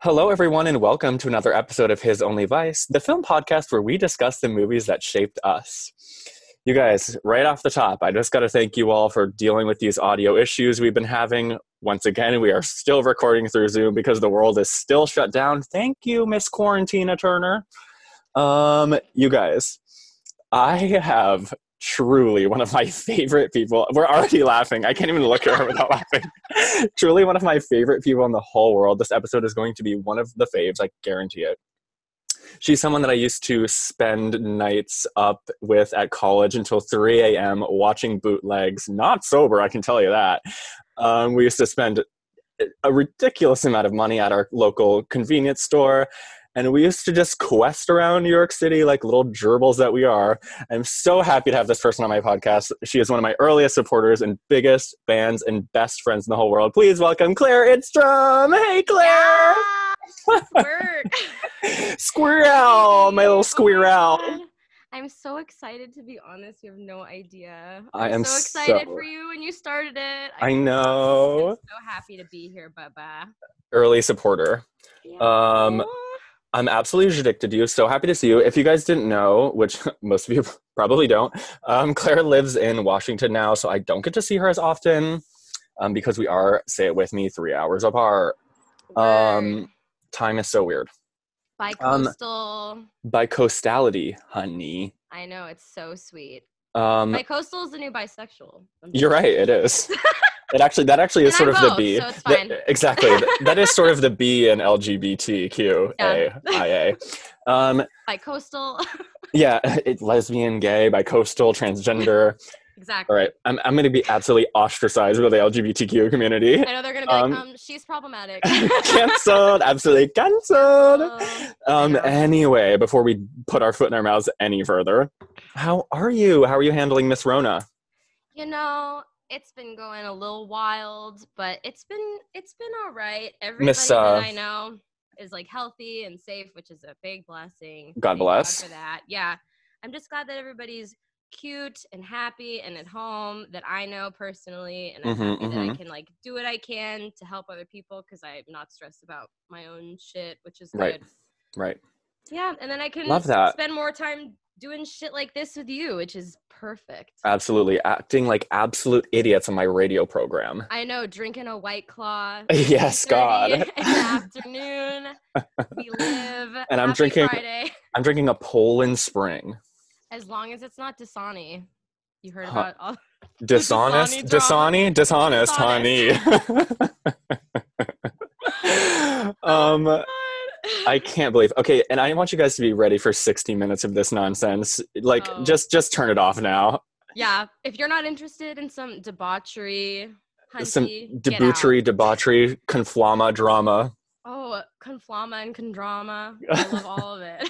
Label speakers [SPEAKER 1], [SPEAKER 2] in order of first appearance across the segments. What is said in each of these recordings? [SPEAKER 1] Hello, everyone, and welcome to another episode of His Only Vice, the film podcast where we discuss the movies that shaped us. You guys, right off the top, I just got to thank you all for dealing with these audio issues we've been having. Once again, we are still recording through Zoom because the world is still shut down. Thank you, Miss Quarantina Turner. Um, you guys, I have truly one of my favorite people. We're already laughing. I can't even look at her without laughing. truly one of my favorite people in the whole world. This episode is going to be one of the faves, I guarantee it. She's someone that I used to spend nights up with at college until 3 a.m. watching bootlegs. Not sober, I can tell you that. Um, we used to spend a ridiculous amount of money at our local convenience store and we used to just quest around New York City like little gerbils that we are. I'm so happy to have this person on my podcast. She is one of my earliest supporters and biggest fans and best friends in the whole world. Please welcome Claire Idstrom. Hey, Claire.
[SPEAKER 2] Word.
[SPEAKER 1] squirrel, Oh, my little squirrel.
[SPEAKER 2] Oh I'm so excited to be honest. You have no idea.
[SPEAKER 1] I
[SPEAKER 2] I'm
[SPEAKER 1] am
[SPEAKER 2] so excited
[SPEAKER 1] so-
[SPEAKER 2] for you when you started it.
[SPEAKER 1] I
[SPEAKER 2] I'm
[SPEAKER 1] know.
[SPEAKER 2] so happy to be here, Bubba.
[SPEAKER 1] Early supporter. Um,
[SPEAKER 2] Aw.
[SPEAKER 1] I'm absolutely addicted to you. So happy to see you. If you guys didn't know, which most of you probably don't, um, Claire lives in Washington now, so I don't get to see her as often um, because we are, say it with me, three hours apart.
[SPEAKER 2] Word.
[SPEAKER 1] Um, time is so weird.
[SPEAKER 2] Bicoastal.
[SPEAKER 1] By coastality, honey.
[SPEAKER 2] I know it's so sweet.
[SPEAKER 1] Um,
[SPEAKER 2] Bicoastal is the new bisexual.
[SPEAKER 1] you're right. It is. It actually that actually is
[SPEAKER 2] And
[SPEAKER 1] sort
[SPEAKER 2] I'm
[SPEAKER 1] of the
[SPEAKER 2] both,
[SPEAKER 1] B.
[SPEAKER 2] so it's
[SPEAKER 1] Th-
[SPEAKER 2] fine.
[SPEAKER 1] exactly. that is sort of the B in LGBTQIA.
[SPEAKER 2] Yeah.
[SPEAKER 1] Um,
[SPEAKER 2] Bicoastal.
[SPEAKER 1] yeah, it, lesbian, gay, bicoastal, transgender.
[SPEAKER 2] exactly.
[SPEAKER 1] All right, I'm, I'm going to be absolutely ostracized by the LGBTQ community.
[SPEAKER 2] I know they're gonna be like,
[SPEAKER 1] Um,
[SPEAKER 2] um, she's problematic.
[SPEAKER 1] canceled, absolutely canceled.
[SPEAKER 2] Oh,
[SPEAKER 1] Um,
[SPEAKER 2] know.
[SPEAKER 1] anyway, before we put our foot in our mouths any further, how are you? How are you handling Miss Rona?
[SPEAKER 2] You know, it's been going a little wild, but it's been it's been all right. Everybody
[SPEAKER 1] uh,
[SPEAKER 2] that I know is like healthy and safe, which is a big blessing.
[SPEAKER 1] God
[SPEAKER 2] Thank
[SPEAKER 1] bless.
[SPEAKER 2] for that. Yeah, I'm just glad that everybody's cute and happy and at home that I know personally, and I'm
[SPEAKER 1] Mhm,
[SPEAKER 2] happy that I
[SPEAKER 1] mhm.
[SPEAKER 2] can like do what I can to help other people because I'm not stressed about my own shit, which is
[SPEAKER 1] Right.
[SPEAKER 2] good.
[SPEAKER 1] Right.
[SPEAKER 2] Yeah, and then I can
[SPEAKER 1] Love that.
[SPEAKER 2] spend more time doing shit like this with you, which is perfect.
[SPEAKER 1] Absolutely. Acting like absolute idiots on my radio program.
[SPEAKER 2] I know, drinking a white claw.
[SPEAKER 1] Yes,
[SPEAKER 2] 3:30
[SPEAKER 1] God.
[SPEAKER 2] In the afternoon, we live.
[SPEAKER 1] And I'm
[SPEAKER 2] Happy
[SPEAKER 1] drinking-
[SPEAKER 2] Friday.
[SPEAKER 1] I'm drinking a Poland Spring.
[SPEAKER 2] As long as it's not Dasani. You heard
[SPEAKER 1] Huh.
[SPEAKER 2] about all.
[SPEAKER 1] Dishonest,
[SPEAKER 2] Dasani
[SPEAKER 1] Dasani, dishonest, honey. um, I can't believe. Okay, and I want you guys to be ready for 60 minutes of this nonsense. Like,
[SPEAKER 2] Oh.
[SPEAKER 1] just just turn it off now.
[SPEAKER 2] yeah, if you're not interested in some debauchery, hunty,
[SPEAKER 1] Some
[SPEAKER 2] get out.
[SPEAKER 1] debauchery, debauchery, conflama drama.
[SPEAKER 2] Oh, conflama and condrama. I love all of it.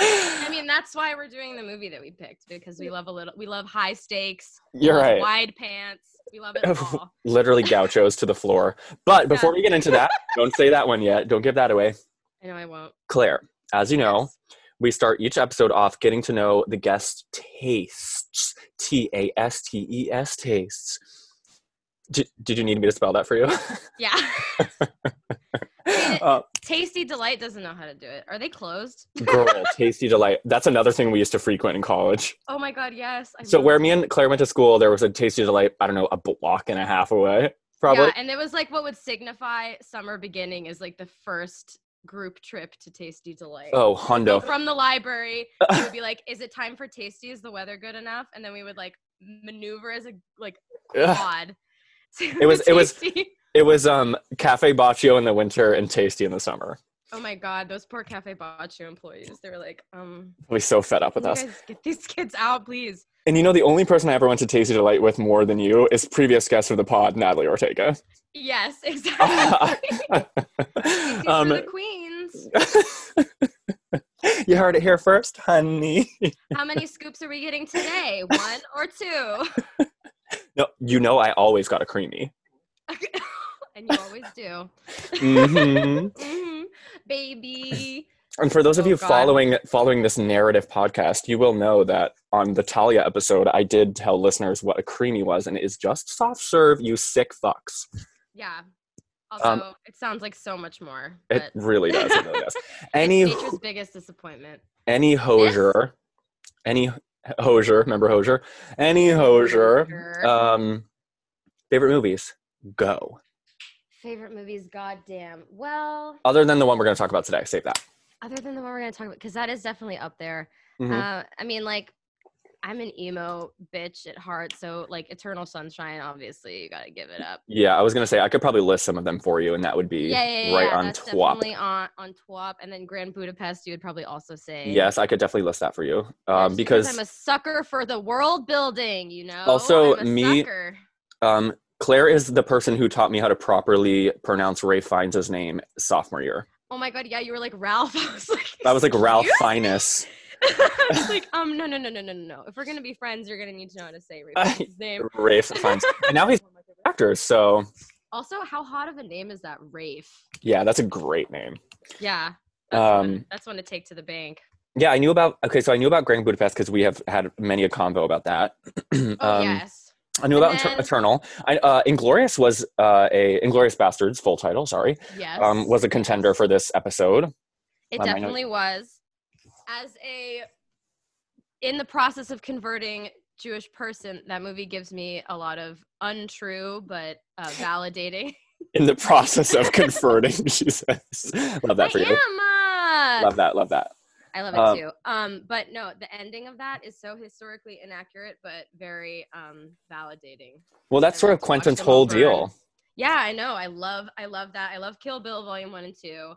[SPEAKER 2] I mean, that's why we're doing the movie that we picked because we love a little. We love high stakes. we
[SPEAKER 1] You're
[SPEAKER 2] love
[SPEAKER 1] right.
[SPEAKER 2] Wide pants. We love it all.
[SPEAKER 1] Literally gauchos to the floor. But before we get into that, don't say that one yet. Don't give that away.
[SPEAKER 2] I know I won't.
[SPEAKER 1] Claire, as you know,
[SPEAKER 2] Yes.
[SPEAKER 1] we start each episode off getting to know the guest tastes. T A S T E S tastes. Did, did you need me to spell that for you?
[SPEAKER 2] Yeah.
[SPEAKER 1] Uh,
[SPEAKER 2] Tasty Delight doesn't know how to do it. Are they closed?
[SPEAKER 1] girl, tasty delight. That's another thing we used to frequent in college.
[SPEAKER 2] Oh my God, yes. I
[SPEAKER 1] So
[SPEAKER 2] love
[SPEAKER 1] where
[SPEAKER 2] it.
[SPEAKER 1] me and Claire went to school, there was a tasty delight. I don't know, a block and a half away, probably.
[SPEAKER 2] Yeah, and it was like what would signify summer beginning is like the first group trip to Tasty Delight.
[SPEAKER 1] Oh,
[SPEAKER 2] So
[SPEAKER 1] Hondo.
[SPEAKER 2] from the library, we would be like, "Is it time for Tasty? Is the weather good enough?" And then we would like maneuver as a like
[SPEAKER 1] Ugh.
[SPEAKER 2] quad.
[SPEAKER 1] It was- it was- It was um Cafe Baccio in the winter and Tasty in the summer.
[SPEAKER 2] Oh my God, those poor Cafe Baccio employees. They were like, um,
[SPEAKER 1] We so fed up
[SPEAKER 2] can
[SPEAKER 1] with
[SPEAKER 2] you
[SPEAKER 1] us.
[SPEAKER 2] guys get these kids out, please.
[SPEAKER 1] And you know, the only person I ever went to Tasty Delight with more than you is previous guest of the pod, Natalie Ortega.
[SPEAKER 2] Yes, exactly. These are
[SPEAKER 1] um,
[SPEAKER 2] the queens.
[SPEAKER 1] you heard it here first, honey.
[SPEAKER 2] How many scoops are we getting today? One or two?
[SPEAKER 1] No, you know, I always got a creamy.
[SPEAKER 2] and you always do.
[SPEAKER 1] hmm
[SPEAKER 2] Mhm, Baby.
[SPEAKER 1] And for those of
[SPEAKER 2] Oh,
[SPEAKER 1] you
[SPEAKER 2] God.
[SPEAKER 1] following following this narrative podcast, you will know that on the Talia episode, I did tell listeners what a creamy was, and it is just soft serve, you sick fucks.
[SPEAKER 2] Yeah. Also, it sounds like so much more.
[SPEAKER 1] It
[SPEAKER 2] But
[SPEAKER 1] really does. It really does. Any
[SPEAKER 2] any nature's biggest disappointment.
[SPEAKER 1] any hosier, any hosier. Remember hosier? Any hosier.
[SPEAKER 2] Sure.
[SPEAKER 1] Um, favorite movies? Go.
[SPEAKER 2] Favorite movies, goddamn. Well,
[SPEAKER 1] Other than the one we're going to talk about today, save that.
[SPEAKER 2] other than the one we're gonna talk about, because that is definitely up there.
[SPEAKER 1] Mhm.
[SPEAKER 2] Uh, I mean, like, I'm an emo bitch at heart, so like, Eternal Sunshine, obviously, you gotta give it up.
[SPEAKER 1] yeah, I was going to say I could probably list some of them for you, and that would be
[SPEAKER 2] Yeah, yeah, yeah,
[SPEAKER 1] right
[SPEAKER 2] yeah,
[SPEAKER 1] on
[SPEAKER 2] that's
[SPEAKER 1] twop.
[SPEAKER 2] definitely on on twop, and then Grand Budapest, you would probably also say
[SPEAKER 1] Yes, I could definitely list that for you.
[SPEAKER 2] Yeah,
[SPEAKER 1] Um,
[SPEAKER 2] just
[SPEAKER 1] because
[SPEAKER 2] I'm a sucker for the world building, you know.
[SPEAKER 1] Also,
[SPEAKER 2] I'm a
[SPEAKER 1] me-
[SPEAKER 2] sucker.
[SPEAKER 1] um, Claire is the person who taught me how to properly pronounce Ray Fiennes' name sophomore year.
[SPEAKER 2] Oh my god, yeah, you were like Ralph. I was like,
[SPEAKER 1] That was like Ralph
[SPEAKER 2] "Excuse
[SPEAKER 1] Fiennes.
[SPEAKER 2] I was like, um, no, no, no, no, no, no. no. If we're gonna be friends, you're gonna need to know how to say Ray's name. Oh
[SPEAKER 1] Rafe Fiennes. And now he's an actor, so
[SPEAKER 2] Also, how hot of a name is that, Rafe?
[SPEAKER 1] yeah, that's a great name.
[SPEAKER 2] Yeah, that's, one,
[SPEAKER 1] Um,
[SPEAKER 2] that's one to take to the bank.
[SPEAKER 1] Yeah, I knew about okay, so I knew about Grand Budapest because we have had many a convo about that. um,
[SPEAKER 2] Oh yes,
[SPEAKER 1] I knew about
[SPEAKER 2] And
[SPEAKER 1] Eter-
[SPEAKER 2] then-
[SPEAKER 1] Eternal. I, uh, Inglorious was uh, a Inglorious Bastards full title. Sorry,
[SPEAKER 2] yes.
[SPEAKER 1] um, was a contender for this episode.
[SPEAKER 2] It
[SPEAKER 1] I might not-
[SPEAKER 2] definitely was. As a in the process of converting Jewish person, that movie gives me a lot of untrue but uh, validating.
[SPEAKER 1] In the process of converting, Jesus, love that for
[SPEAKER 2] I
[SPEAKER 1] you.
[SPEAKER 2] am. uh,
[SPEAKER 1] Love that. Love that.
[SPEAKER 2] I love it
[SPEAKER 1] Um,
[SPEAKER 2] too. Um, but no, the ending of that is so historically inaccurate, but very um validating.
[SPEAKER 1] Well,
[SPEAKER 2] I
[SPEAKER 1] that's sort of
[SPEAKER 2] like to watch
[SPEAKER 1] Quentin's
[SPEAKER 2] them
[SPEAKER 1] whole
[SPEAKER 2] over and-
[SPEAKER 1] deal.
[SPEAKER 2] Yeah, I know. I love. I love that. I love Kill Bill Volume One and Two.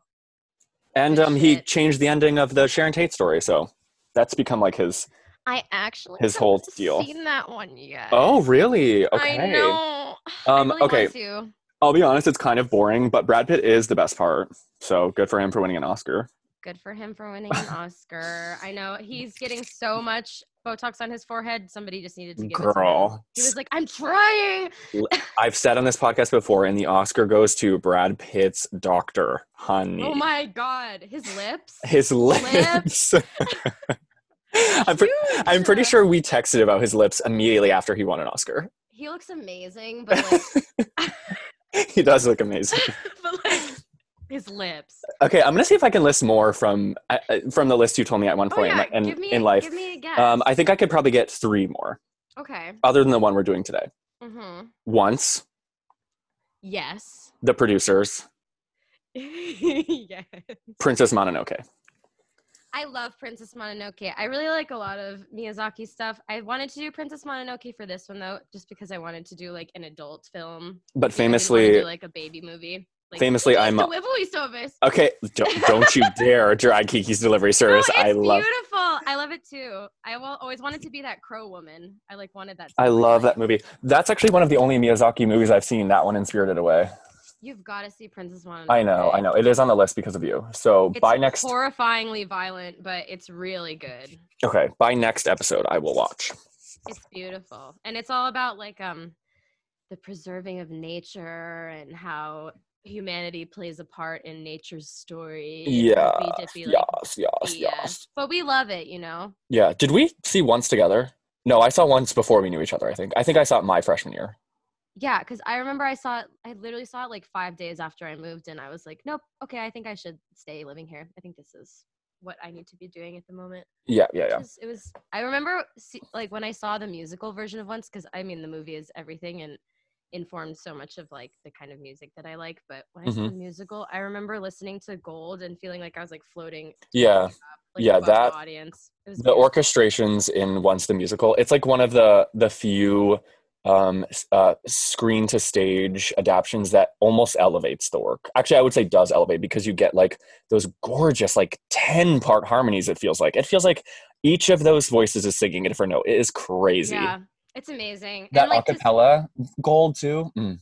[SPEAKER 1] And
[SPEAKER 2] Good
[SPEAKER 1] um, he
[SPEAKER 2] shit.
[SPEAKER 1] changed the ending of the Sharon Tate story, so that's become like his.
[SPEAKER 2] I actually
[SPEAKER 1] His whole
[SPEAKER 2] haven't
[SPEAKER 1] deal.
[SPEAKER 2] Seen that one yet?
[SPEAKER 1] Oh, really? Okay.
[SPEAKER 2] I know.
[SPEAKER 1] Um,
[SPEAKER 2] I really
[SPEAKER 1] okay.
[SPEAKER 2] Want to.
[SPEAKER 1] I'll be honest, it's kind of boring, but Brad Pitt is the best part. So good for him for winning an Oscar.
[SPEAKER 2] Good for him for winning an Oscar. I know he's getting so much Botox on his forehead. Somebody just needed to give it to him.
[SPEAKER 1] Girl,
[SPEAKER 2] He was like, "I'm trying."
[SPEAKER 1] I've said on this podcast before, and the Oscar goes to Brad Pitt's doctor, honey.
[SPEAKER 2] Oh my god, his lips.
[SPEAKER 1] his lips. I'm, pre- I'm pretty
[SPEAKER 2] Huge.
[SPEAKER 1] sure we texted about his lips immediately after he won an Oscar.
[SPEAKER 2] He looks amazing, but like,
[SPEAKER 1] he does look amazing.
[SPEAKER 2] but like his lips.
[SPEAKER 1] Okay, I'm gonna see if I can list more from uh, uh, from the list you told me at one
[SPEAKER 2] Oh
[SPEAKER 1] point
[SPEAKER 2] yeah,
[SPEAKER 1] in,
[SPEAKER 2] give me
[SPEAKER 1] in life.
[SPEAKER 2] Give me a guess.
[SPEAKER 1] um, I think I could probably get three more,
[SPEAKER 2] okay.
[SPEAKER 1] other than the one we're doing today.
[SPEAKER 2] Mm-hmm.
[SPEAKER 1] Once,
[SPEAKER 2] Yes.
[SPEAKER 1] the producers,
[SPEAKER 2] yes.
[SPEAKER 1] Princess Mononoke.
[SPEAKER 2] I love Princess Mononoke. I really like a lot of Miyazaki stuff. I wanted to do Princess Mononoke for this one though, just because I wanted to do like an adult film.
[SPEAKER 1] But
[SPEAKER 2] Like, I didn't wanna
[SPEAKER 1] famously,
[SPEAKER 2] do, like a baby movie. Like,
[SPEAKER 1] famously, I'm
[SPEAKER 2] the Wibbly Stovers.
[SPEAKER 1] okay. Don't, don't you dare drag Kiki's delivery service.
[SPEAKER 2] it's
[SPEAKER 1] I love.
[SPEAKER 2] beautiful. I love it too. I will always wanted to be that crow woman. I like wanted that.
[SPEAKER 1] I
[SPEAKER 2] so
[SPEAKER 1] love
[SPEAKER 2] badly.
[SPEAKER 1] that movie. That's actually one of the only Miyazaki movies I've seen. That one and Spirited Away.
[SPEAKER 2] You've got to see Princess Mononoke.
[SPEAKER 1] I know, I know. It is on the list because of you. So
[SPEAKER 2] It's
[SPEAKER 1] by next,
[SPEAKER 2] horrifyingly violent, but it's really good.
[SPEAKER 1] okay, by next episode, I will watch.
[SPEAKER 2] It's beautiful, and it's all about like um, the preserving of nature and how humanity plays a part in nature's story. and
[SPEAKER 1] Yeah,
[SPEAKER 2] hippy-dippy, like,
[SPEAKER 1] Yes, yes,
[SPEAKER 2] yeah.
[SPEAKER 1] yes.
[SPEAKER 2] But we love it, you know.
[SPEAKER 1] Yeah. Did we see once together? No, I saw once before we knew each other. I think. I think I saw it my freshman year.
[SPEAKER 2] Yeah, because I remember I saw it. I literally saw it like five days after I moved, and I was like, "Nope, okay, I think I should stay living here. I think this is what I need to be doing at the moment."
[SPEAKER 1] Yeah, yeah, yeah.
[SPEAKER 2] Just- It was. I remember see, like when I saw the musical version of once, because I mean the movie is everything and informed so much of like the kind of music that I like. But when I saw the
[SPEAKER 1] Mm-hmm.
[SPEAKER 2] musical, I remember listening to Gold and feeling like I was like floating.
[SPEAKER 1] Yeah.
[SPEAKER 2] Like,
[SPEAKER 1] Yeah,
[SPEAKER 2] above
[SPEAKER 1] that-
[SPEAKER 2] the audience. It was
[SPEAKER 1] The
[SPEAKER 2] beautiful.
[SPEAKER 1] orchestrations in Once the Musical. It's like one of the the few um s- uh screen to stage adaptions that almost elevates the work actually i would say does elevate because you get like those gorgeous like 10 part harmonies it feels like it feels like each of those voices is singing a different note it is crazy
[SPEAKER 2] Yeah, it's amazing.
[SPEAKER 1] that
[SPEAKER 2] and, like, just-
[SPEAKER 1] acapella gold too mm.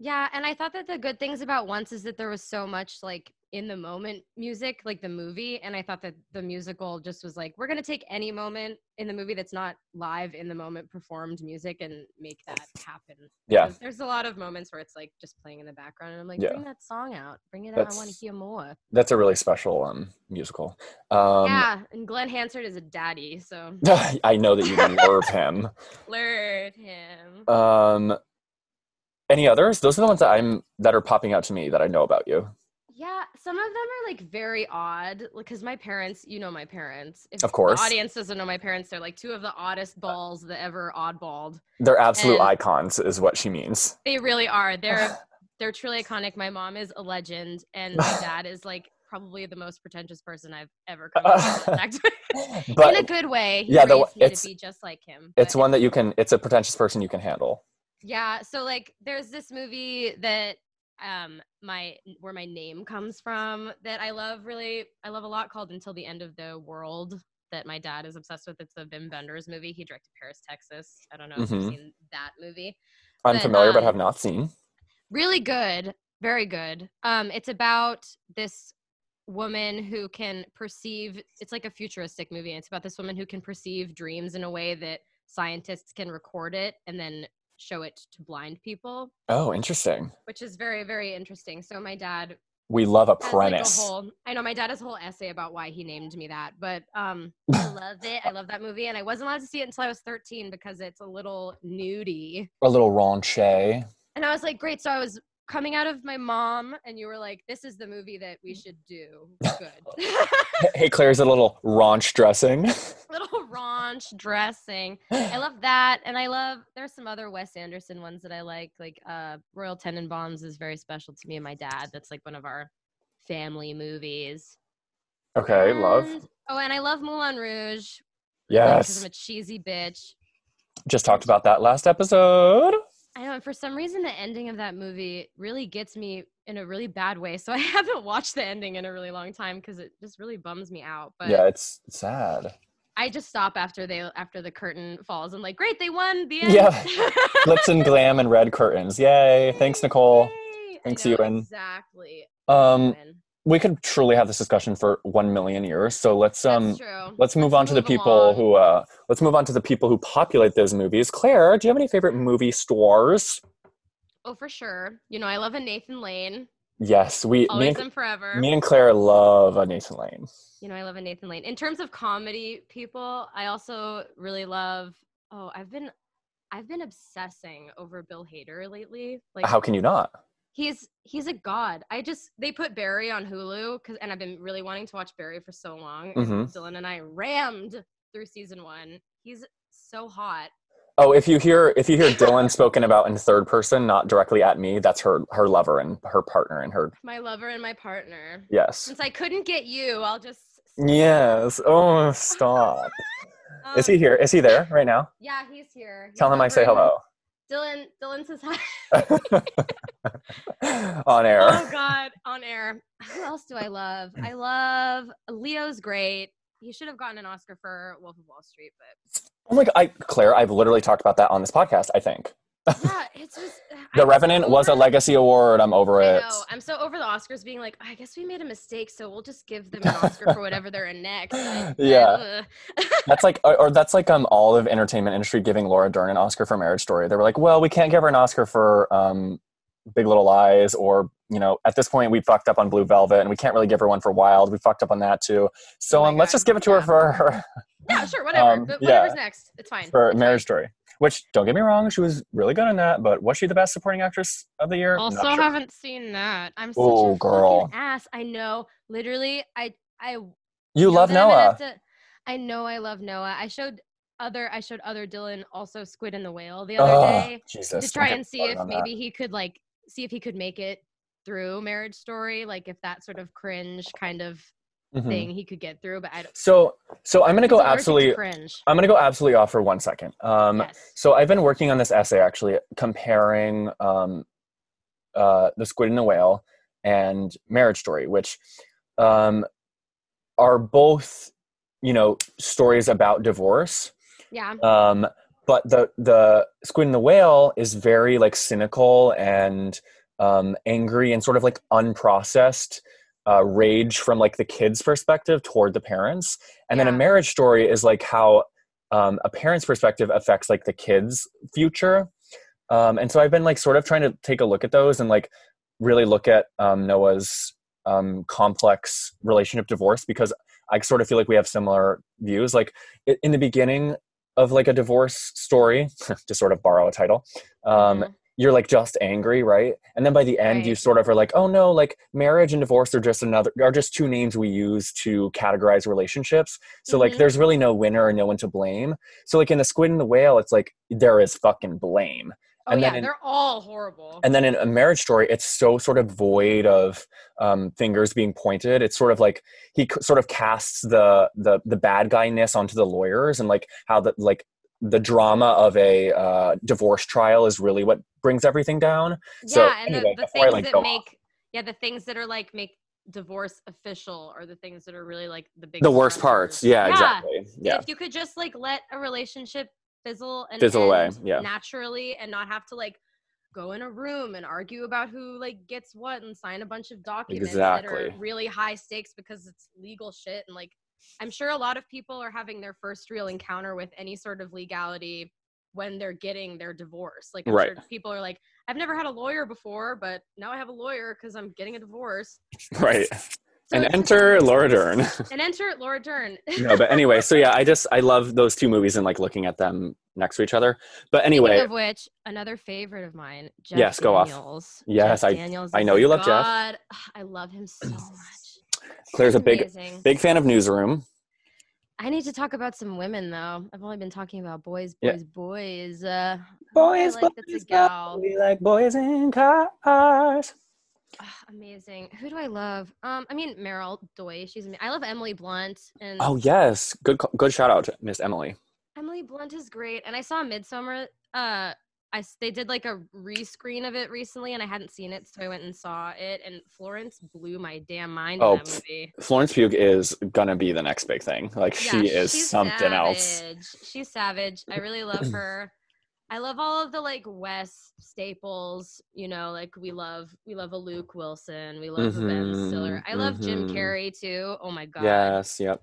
[SPEAKER 2] Yeah, and I thought that the good things about Once is that there was so much like in the moment music, like the movie, and I thought that the musical just was like we're going to take any moment in the movie that's not live in the moment performed music and make that happen.
[SPEAKER 1] yeah
[SPEAKER 2] 'Cause There's a lot of moments where it's like just playing in the background and I'm like
[SPEAKER 1] Yeah.
[SPEAKER 2] bring that song out. Bring it out. I want to
[SPEAKER 1] That's-
[SPEAKER 2] hear more.
[SPEAKER 1] that's a really special um musical um
[SPEAKER 2] yeah, and Glenn Hansard is a daddy, so
[SPEAKER 1] i know that you love him
[SPEAKER 2] learn him.
[SPEAKER 1] um Any others? Those are the ones that I'm that are popping out to me that I know about you.
[SPEAKER 2] Yeah, some of them are like very odd because my parents, you know my parents. If
[SPEAKER 1] Of course. Uh
[SPEAKER 2] The audience doesn't know my parents. They're like two of the oddest balls that ever oddballed.
[SPEAKER 1] They're absolute
[SPEAKER 2] And-
[SPEAKER 1] icons, is what she means.
[SPEAKER 2] They really are. They're they're truly iconic. My mom is a legend and my dad is like probably the most pretentious person I've ever come into contact with. in a
[SPEAKER 1] But
[SPEAKER 2] good way. He
[SPEAKER 1] yeah,
[SPEAKER 2] yeah,
[SPEAKER 1] the-
[SPEAKER 2] me
[SPEAKER 1] it's-
[SPEAKER 2] to be just like him.
[SPEAKER 1] it's
[SPEAKER 2] but-
[SPEAKER 1] one that you can. It's a pretentious person you can handle.
[SPEAKER 2] Yeah, so like there's this movie that um my where my name comes from that I love really I love a lot called Until the End of the World that my dad is obsessed with. It's the Vim Vendors movie. He directed Paris, Texas. I don't know if
[SPEAKER 1] Mhm.
[SPEAKER 2] you've seen that movie.
[SPEAKER 1] I'm
[SPEAKER 2] But,
[SPEAKER 1] familiar, but
[SPEAKER 2] um,
[SPEAKER 1] have not seen.
[SPEAKER 2] Really good, very good. Um it's about this woman who can perceive it's like a futuristic movie and it's about this woman who can perceive dreams in a way that scientists can record it and then show it to blind people
[SPEAKER 1] Oh, interesting.
[SPEAKER 2] which is very very interesting so my dad
[SPEAKER 1] We love a
[SPEAKER 2] has like a
[SPEAKER 1] premise.
[SPEAKER 2] whole i know my dad has a whole essay about why he named me that but um i love it i love that movie and i wasn't allowed to see it until i was 13 because it's a little nudie
[SPEAKER 1] a little raunchy.
[SPEAKER 2] and i was like great so i was coming out of my mom and you were like this is the movie that we should do good
[SPEAKER 1] Hey, Claire's a little raunch dressing.
[SPEAKER 2] little raunch dressing i love that and i love there's some other wes anderson ones that i like like uh royal tenenbaums is very special to me and my dad that's like one of our family movies
[SPEAKER 1] Okay, love.
[SPEAKER 2] And- Oh, and I love Moulin Rouge. like, 'cause
[SPEAKER 1] Yes.
[SPEAKER 2] I'm a cheesy bitch.
[SPEAKER 1] Just talked about that last episode.
[SPEAKER 2] I know, and for some reason, the ending of that movie really gets me in a really bad way. So I haven't watched the ending in a really long time because it just really bums me out. But
[SPEAKER 1] yeah, it's sad.
[SPEAKER 2] I just stop after they after the curtain falls. I'm like, great, they won the end.
[SPEAKER 1] Yeah. Lips and glam and red curtains. Yay. Thanks, Nicole.
[SPEAKER 2] Yay. I
[SPEAKER 1] Thanks,
[SPEAKER 2] know,
[SPEAKER 1] Ewan.
[SPEAKER 2] Exactly.
[SPEAKER 1] Um,
[SPEAKER 2] Ewan.
[SPEAKER 1] we could truly have this discussion for one million years. So let's
[SPEAKER 2] That's
[SPEAKER 1] um
[SPEAKER 2] true.
[SPEAKER 1] let's move on to the
[SPEAKER 2] move
[SPEAKER 1] people
[SPEAKER 2] along.
[SPEAKER 1] who uh let's move on to the people who populate those movies. Claire, do you have any favorite movie stores?
[SPEAKER 2] Oh, for sure. You know, I love a Nathan Lane.
[SPEAKER 1] Yes, we me
[SPEAKER 2] Always
[SPEAKER 1] and,
[SPEAKER 2] and forever.
[SPEAKER 1] me and Claire love a Nathan Lane.
[SPEAKER 2] You know, I love a Nathan Lane. In terms of comedy people, I also really love. Oh, I've been, I've been obsessing over Bill Hader lately. Like
[SPEAKER 1] How can you not?
[SPEAKER 2] he's he's a god. I just they put Barry on Hulu because, and I've been really wanting to watch Barry for so long. and
[SPEAKER 1] Mhm.
[SPEAKER 2] Dylan and I rammed through season one. He's so hot.
[SPEAKER 1] Oh, if you hear if you hear Dylan spoken about in third person, not directly at me, that's her her lover and her partner and her
[SPEAKER 2] My lover and my partner.
[SPEAKER 1] yes.
[SPEAKER 2] Since I couldn't get you, I'll just.
[SPEAKER 1] Yes. Oh, stop. Is he
[SPEAKER 2] Um,
[SPEAKER 1] here? Is he there right now?
[SPEAKER 2] Yeah, he's here. He's
[SPEAKER 1] Tell him I
[SPEAKER 2] over
[SPEAKER 1] say
[SPEAKER 2] in-
[SPEAKER 1] hello.
[SPEAKER 2] Dylan. Dylan says hi.
[SPEAKER 1] On
[SPEAKER 2] Oh
[SPEAKER 1] air.
[SPEAKER 2] God, on air. Who else do I love? I love Leo's great. He should have gotten an Oscar for Wolf of Wall Street, but
[SPEAKER 1] Oh my god, I, Claire, I've literally talked about that on this podcast, I think.
[SPEAKER 2] yeah, it's just uh,
[SPEAKER 1] The
[SPEAKER 2] I'm
[SPEAKER 1] Revenant was a
[SPEAKER 2] over-
[SPEAKER 1] legacy award. I'm over
[SPEAKER 2] I
[SPEAKER 1] it.
[SPEAKER 2] know. I'm so over the Oscars being like, "Oh, I guess we made a mistake, so we'll just give them an Oscar for whatever they're in next. uh, Like,
[SPEAKER 1] Yeah.
[SPEAKER 2] ugh.
[SPEAKER 1] That's like or, or that's like um all of entertainment industry giving Laura Dern an Oscar for Marriage Story. They were like, "Well, we can't give her an Oscar for um Big Little Lies or, you know, at this point we fucked up on Blue Velvet and we can't really give her one for Wild. We fucked up on that too. So
[SPEAKER 2] Oh my
[SPEAKER 1] um let's
[SPEAKER 2] God.
[SPEAKER 1] just give it to her
[SPEAKER 2] Yeah.
[SPEAKER 1] for her
[SPEAKER 2] Yeah, sure, whatever.
[SPEAKER 1] Um,
[SPEAKER 2] but
[SPEAKER 1] yeah.
[SPEAKER 2] whatever's next, it's fine.
[SPEAKER 1] for
[SPEAKER 2] It's
[SPEAKER 1] Marriage Story. Which don't get me wrong, she was really good in that, but was she the best supporting actress of the year?
[SPEAKER 2] fine. Also,
[SPEAKER 1] Not sure.
[SPEAKER 2] haven't seen that. I'm such
[SPEAKER 1] Oh,
[SPEAKER 2] a
[SPEAKER 1] girl.
[SPEAKER 2] fucking ass. I know. Literally, I I
[SPEAKER 1] you
[SPEAKER 2] know
[SPEAKER 1] love
[SPEAKER 2] that I'm gonna have
[SPEAKER 1] Noah.
[SPEAKER 2] to- I know I love Noah. I showed other I showed other Dylan also Squid and the Whale the other
[SPEAKER 1] Oh,
[SPEAKER 2] day
[SPEAKER 1] Jesus.
[SPEAKER 2] to try
[SPEAKER 1] don't get
[SPEAKER 2] and see
[SPEAKER 1] me
[SPEAKER 2] if
[SPEAKER 1] started on that.
[SPEAKER 2] maybe he could like see if he could make it through Marriage Story, like if that sort of cringe kind of
[SPEAKER 1] Mhm.
[SPEAKER 2] thing he could get through. But I don't.
[SPEAKER 1] So so I'm gonna
[SPEAKER 2] he's
[SPEAKER 1] go
[SPEAKER 2] allergic to
[SPEAKER 1] absolutely
[SPEAKER 2] cringe.
[SPEAKER 1] I'm gonna go absolutely off for one second. Um
[SPEAKER 2] yes.
[SPEAKER 1] So I've been working on this essay actually comparing um, uh, the squid and the whale and Marriage Story, which um, are both you know stories about divorce.
[SPEAKER 2] Yeah.
[SPEAKER 1] Um, but the the squid and the whale is very like cynical and um, angry and sort of like unprocessed uh, rage from like the kids' perspective toward the parents, and then a
[SPEAKER 2] Yeah.
[SPEAKER 1] marriage story is like how um, a parent's perspective affects like the kids' future. Um, and so I've been like sort of trying to take a look at those and like really look at um, Noah's um, complex relationship divorce because I sort of feel like we have similar views. Like i- in the beginning of like a divorce story, to sort of borrow a title, um,
[SPEAKER 2] Mhm.
[SPEAKER 1] you're like just angry, right? And then by the end,
[SPEAKER 2] Right.
[SPEAKER 1] you sort of are like, oh no, like marriage and divorce are just another are just two names we use to categorize relationships. So like,
[SPEAKER 2] Mhm.
[SPEAKER 1] there's really no winner and no one to blame. So like in the squid and the whale, it's like there is fucking blame.
[SPEAKER 2] Oh
[SPEAKER 1] And
[SPEAKER 2] yeah,
[SPEAKER 1] then in-
[SPEAKER 2] they're all horrible.
[SPEAKER 1] And then in a marriage story, it's so sort of void of um, fingers being pointed. It's sort of like he c- sort of casts the the the bad guyness onto the lawyers and like how the like the drama of a uh, divorce trial is really what brings everything down.
[SPEAKER 2] yeah,
[SPEAKER 1] so,
[SPEAKER 2] and
[SPEAKER 1] anyway,
[SPEAKER 2] the, the
[SPEAKER 1] before I,
[SPEAKER 2] things
[SPEAKER 1] like,
[SPEAKER 2] that
[SPEAKER 1] go off.
[SPEAKER 2] make yeah, the things that are like make divorce official are the things that are really like the big
[SPEAKER 1] The worst parts. Yeah, exactly. Yeah.
[SPEAKER 2] If you could just like let a relationship fizzle and
[SPEAKER 1] Fizzle away,
[SPEAKER 2] end
[SPEAKER 1] yeah.
[SPEAKER 2] naturally and not have to like go in a room and argue about who like gets what and sign a bunch of documents that
[SPEAKER 1] Exactly.
[SPEAKER 2] are really high stakes because it's legal shit and like I'm sure a lot of people are having their first real encounter with any sort of legality when they're getting their divorce. Like I'm
[SPEAKER 1] Right.
[SPEAKER 2] sure people are like, I've never had a lawyer before, but now I have a lawyer because I'm getting a divorce.
[SPEAKER 1] Right.
[SPEAKER 2] So
[SPEAKER 1] and
[SPEAKER 2] it's-
[SPEAKER 1] enter Laura Dern.
[SPEAKER 2] and enter Laura Dern.
[SPEAKER 1] no, but anyway, so yeah, I just I love those two movies and like looking at them next to each other. But anyway,
[SPEAKER 2] Speaking of which, another favorite of mine, Jeff
[SPEAKER 1] Yes, go off.
[SPEAKER 2] Daniels.
[SPEAKER 1] Yes,
[SPEAKER 2] Jeff
[SPEAKER 1] I-
[SPEAKER 2] Daniels
[SPEAKER 1] I
[SPEAKER 2] is
[SPEAKER 1] know
[SPEAKER 2] the
[SPEAKER 1] you love Jeff.
[SPEAKER 2] god. I love him so much.
[SPEAKER 1] Claire's a
[SPEAKER 2] He's
[SPEAKER 1] big
[SPEAKER 2] amazing.
[SPEAKER 1] big fan of Newsroom.
[SPEAKER 2] I need to talk about some women though. I've only been talking about boys,
[SPEAKER 1] Yeah.
[SPEAKER 2] boys, boys. Uh,
[SPEAKER 1] Boys,
[SPEAKER 2] I feel like that's a gal.
[SPEAKER 1] We like boys in cars.
[SPEAKER 2] ugh, amazing. Who do I love? Um, I mean Meryl Doy. She's. ama- I love Emily Blunt and
[SPEAKER 1] Oh yes, good ca- good shout out, to Miss Emily.
[SPEAKER 2] Emily Blunt is great. And I saw Midsummer. Uh, I s- they did like a rescreen of it recently, and I hadn't seen it, so I went and saw it. And Florence blew my damn mind
[SPEAKER 1] Oh,
[SPEAKER 2] in that
[SPEAKER 1] pff,
[SPEAKER 2] movie.
[SPEAKER 1] Florence Pugh is gonna be the next big thing. Like she
[SPEAKER 2] Yeah,
[SPEAKER 1] is
[SPEAKER 2] she's
[SPEAKER 1] something else.
[SPEAKER 2] savage. She's savage. I really love her. I love all of the like Wes staples, you know, like we love we love a Luke Wilson, we love a Ben Stiller.
[SPEAKER 1] Mhm,
[SPEAKER 2] I love Jim
[SPEAKER 1] mhm.
[SPEAKER 2] Carrey too. Oh my god.
[SPEAKER 1] Yes, yep.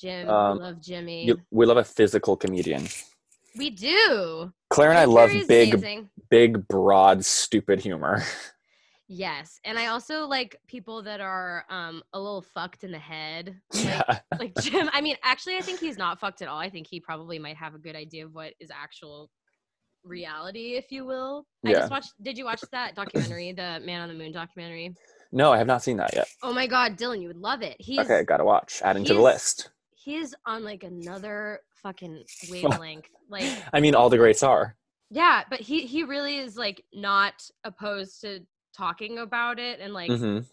[SPEAKER 2] Jim,
[SPEAKER 1] Um,
[SPEAKER 2] we love Jimmy.
[SPEAKER 1] You, we love a physical comedian.
[SPEAKER 2] we do.
[SPEAKER 1] Claire and I
[SPEAKER 2] Jim
[SPEAKER 1] love
[SPEAKER 2] Carrey's
[SPEAKER 1] big,
[SPEAKER 2] amazing.
[SPEAKER 1] big, broad, stupid humor.
[SPEAKER 2] Yes. And I also like people that are um a little fucked in the head. Like,
[SPEAKER 1] yeah,
[SPEAKER 2] like Jim, I mean, actually I think he's not fucked at all. I think he probably might have a good idea of what is actual reality, if you will. I
[SPEAKER 1] Yeah.
[SPEAKER 2] just watched did you watch that documentary, the Man on the Moon documentary?
[SPEAKER 1] no, I have not seen that yet.
[SPEAKER 2] Oh my god, Dylan, you would love it. He's
[SPEAKER 1] okay, gotta watch. Adding to the
[SPEAKER 2] he's-
[SPEAKER 1] list.
[SPEAKER 2] he's on like another fucking wavelength. like
[SPEAKER 1] I mean, all the greats are.
[SPEAKER 2] yeah, but he he really is like not opposed to talking about it and like mm-hmm.
[SPEAKER 1] hmm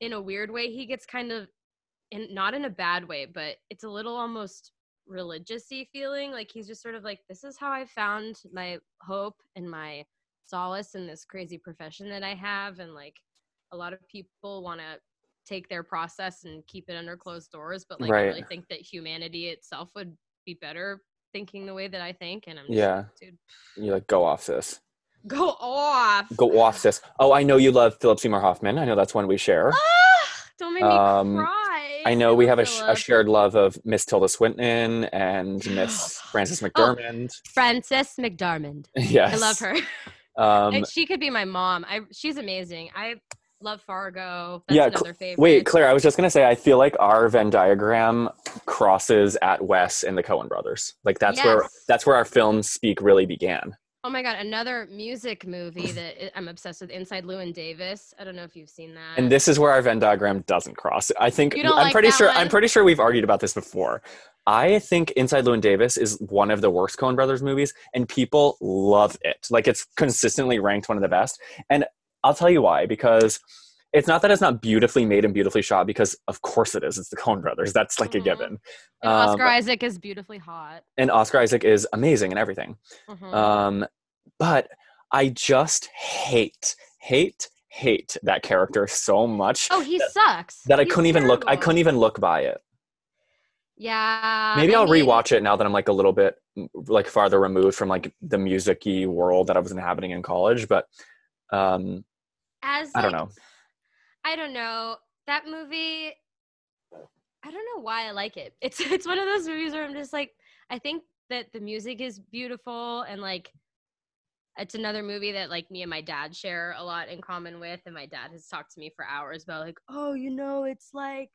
[SPEAKER 2] in a weird way he gets kind of in not in a bad way but it's a little almost religious-y feeling like he's just sort of like this is how i found my hope and my solace in this crazy profession that i have and like a lot of people want to take their process and keep it under closed doors but like i
[SPEAKER 1] Right.
[SPEAKER 2] really think that humanity itself would be better thinking the way that i think and i'm just
[SPEAKER 1] Yeah.
[SPEAKER 2] like, dude
[SPEAKER 1] You like go off this.
[SPEAKER 2] go off
[SPEAKER 1] Go off this. Oh, I know you love Philip Seymour Hoffman. I know that's one we share.
[SPEAKER 2] Ah, don't make me
[SPEAKER 1] Um,
[SPEAKER 2] cry
[SPEAKER 1] I know we have a, sh- a
[SPEAKER 2] Philip.
[SPEAKER 1] shared love of Miss Tilda Swinton and Miss Frances McDermott.
[SPEAKER 2] Frances McDarmond.
[SPEAKER 1] Yes,
[SPEAKER 2] Oh, I love her.
[SPEAKER 1] Um,
[SPEAKER 2] And she could be my mom. I she's amazing. I love Fargo. That's
[SPEAKER 1] Yeah,
[SPEAKER 2] another favorite.
[SPEAKER 1] wait, Claire, I was just gonna say, I feel like our Venn diagram crosses at Wes and the Cohen brothers. Like that's where
[SPEAKER 2] Yes.
[SPEAKER 1] that's where our film speak really began.
[SPEAKER 2] oh my god, another music movie that I- I'm obsessed with. Inside Llewyn Davis. I don't know if you've seen that.
[SPEAKER 1] And this is where our Venn diagram doesn't cross. I think
[SPEAKER 2] You
[SPEAKER 1] I'm
[SPEAKER 2] don't like
[SPEAKER 1] pretty
[SPEAKER 2] that
[SPEAKER 1] sure I'm
[SPEAKER 2] one?
[SPEAKER 1] pretty sure we've argued about this before. I think Inside Llewyn Davis is one of the worst Coen Brothers movies, and people love it. Like it's consistently ranked one of the best. And I'll tell you why, because it's not that it's not beautifully made and beautifully shot, because of course it is. It's the Coen Brothers. That's like a
[SPEAKER 2] Mhm.
[SPEAKER 1] given.
[SPEAKER 2] And
[SPEAKER 1] Um,
[SPEAKER 2] Oscar Isaac is beautifully hot.
[SPEAKER 1] and Oscar Isaac is amazing and everything.
[SPEAKER 2] Mhm.
[SPEAKER 1] Um, but I just hate, hate, hate that character so much
[SPEAKER 2] oh, he sucks.
[SPEAKER 1] that I
[SPEAKER 2] He's
[SPEAKER 1] couldn't even look. I
[SPEAKER 2] terrible. Uh,
[SPEAKER 1] couldn't even look by it.
[SPEAKER 2] Yeah.
[SPEAKER 1] Maybe
[SPEAKER 2] I
[SPEAKER 1] I'll
[SPEAKER 2] mean,
[SPEAKER 1] rewatch it now that I'm like a little bit mm, like farther removed from like the musicy world that I was inhabiting in college. But um,
[SPEAKER 2] As
[SPEAKER 1] I don't
[SPEAKER 2] like,
[SPEAKER 1] know.
[SPEAKER 2] I don't know. That movie I don't know why I like it. It's it's one of those movies where I'm just like I think that the music is beautiful and like it's another movie that like me and my dad share a lot in common with and my dad has talked to me for hours about like oh you know it's like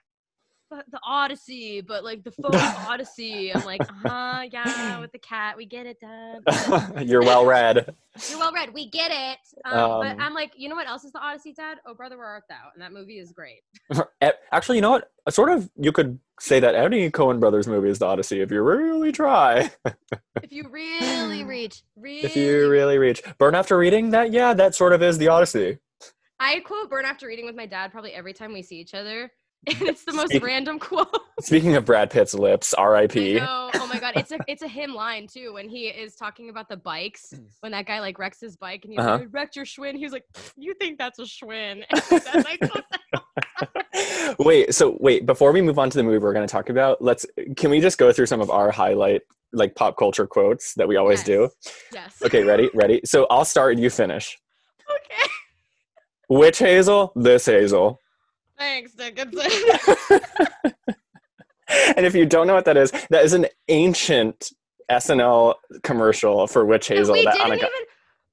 [SPEAKER 2] the, the Odyssey, but like the phone Odyssey. I'm like, uh huh, yeah, with the cat. We get it, Dad.
[SPEAKER 1] You're well read.
[SPEAKER 2] You're well read. We get it. Um,
[SPEAKER 1] Um,
[SPEAKER 2] but I'm like, you know what else is the Odyssey, Dad? Oh, Brother, Where Art Thou? And that movie is great.
[SPEAKER 1] E, Actually, you know what? Sort of, you could say that any Cohen Brothers movie is the Odyssey if you really try.
[SPEAKER 2] If you really reach, really.
[SPEAKER 1] If you really reach. Burn After Reading, that, yeah, that sort of is the Odyssey.
[SPEAKER 2] I quote Burn After Reading with my dad probably every time we see each other. And it's the most
[SPEAKER 1] Speak-
[SPEAKER 2] random quote.
[SPEAKER 1] Speaking of Brad Pitt's lips,
[SPEAKER 2] I
[SPEAKER 1] R.I.P.
[SPEAKER 2] know. Oh my god, it's a it's a him line too when he is talking about the bikes when that guy like wrecks his bike and he's
[SPEAKER 1] Uh-huh.
[SPEAKER 2] like, "I wrecked your Schwinn." He's like, "You think that's a Schwinn?" And my dad's like, "What the-"
[SPEAKER 1] wait, so wait, before we move on to the movie we're going to talk about, let's can we just go through some of our highlight like pop culture quotes that we always
[SPEAKER 2] Yes.
[SPEAKER 1] do?
[SPEAKER 2] Yes.
[SPEAKER 1] Okay, ready? Ready? So I'll start and you finish.
[SPEAKER 2] okay.
[SPEAKER 1] Which Hazel? This Hazel.
[SPEAKER 2] Thanks, Dickinson.
[SPEAKER 1] And if you don't know what that is, that is an ancient SNL commercial for Witch
[SPEAKER 2] And
[SPEAKER 1] Hazel
[SPEAKER 2] we
[SPEAKER 1] that
[SPEAKER 2] didn't
[SPEAKER 1] Annika
[SPEAKER 2] even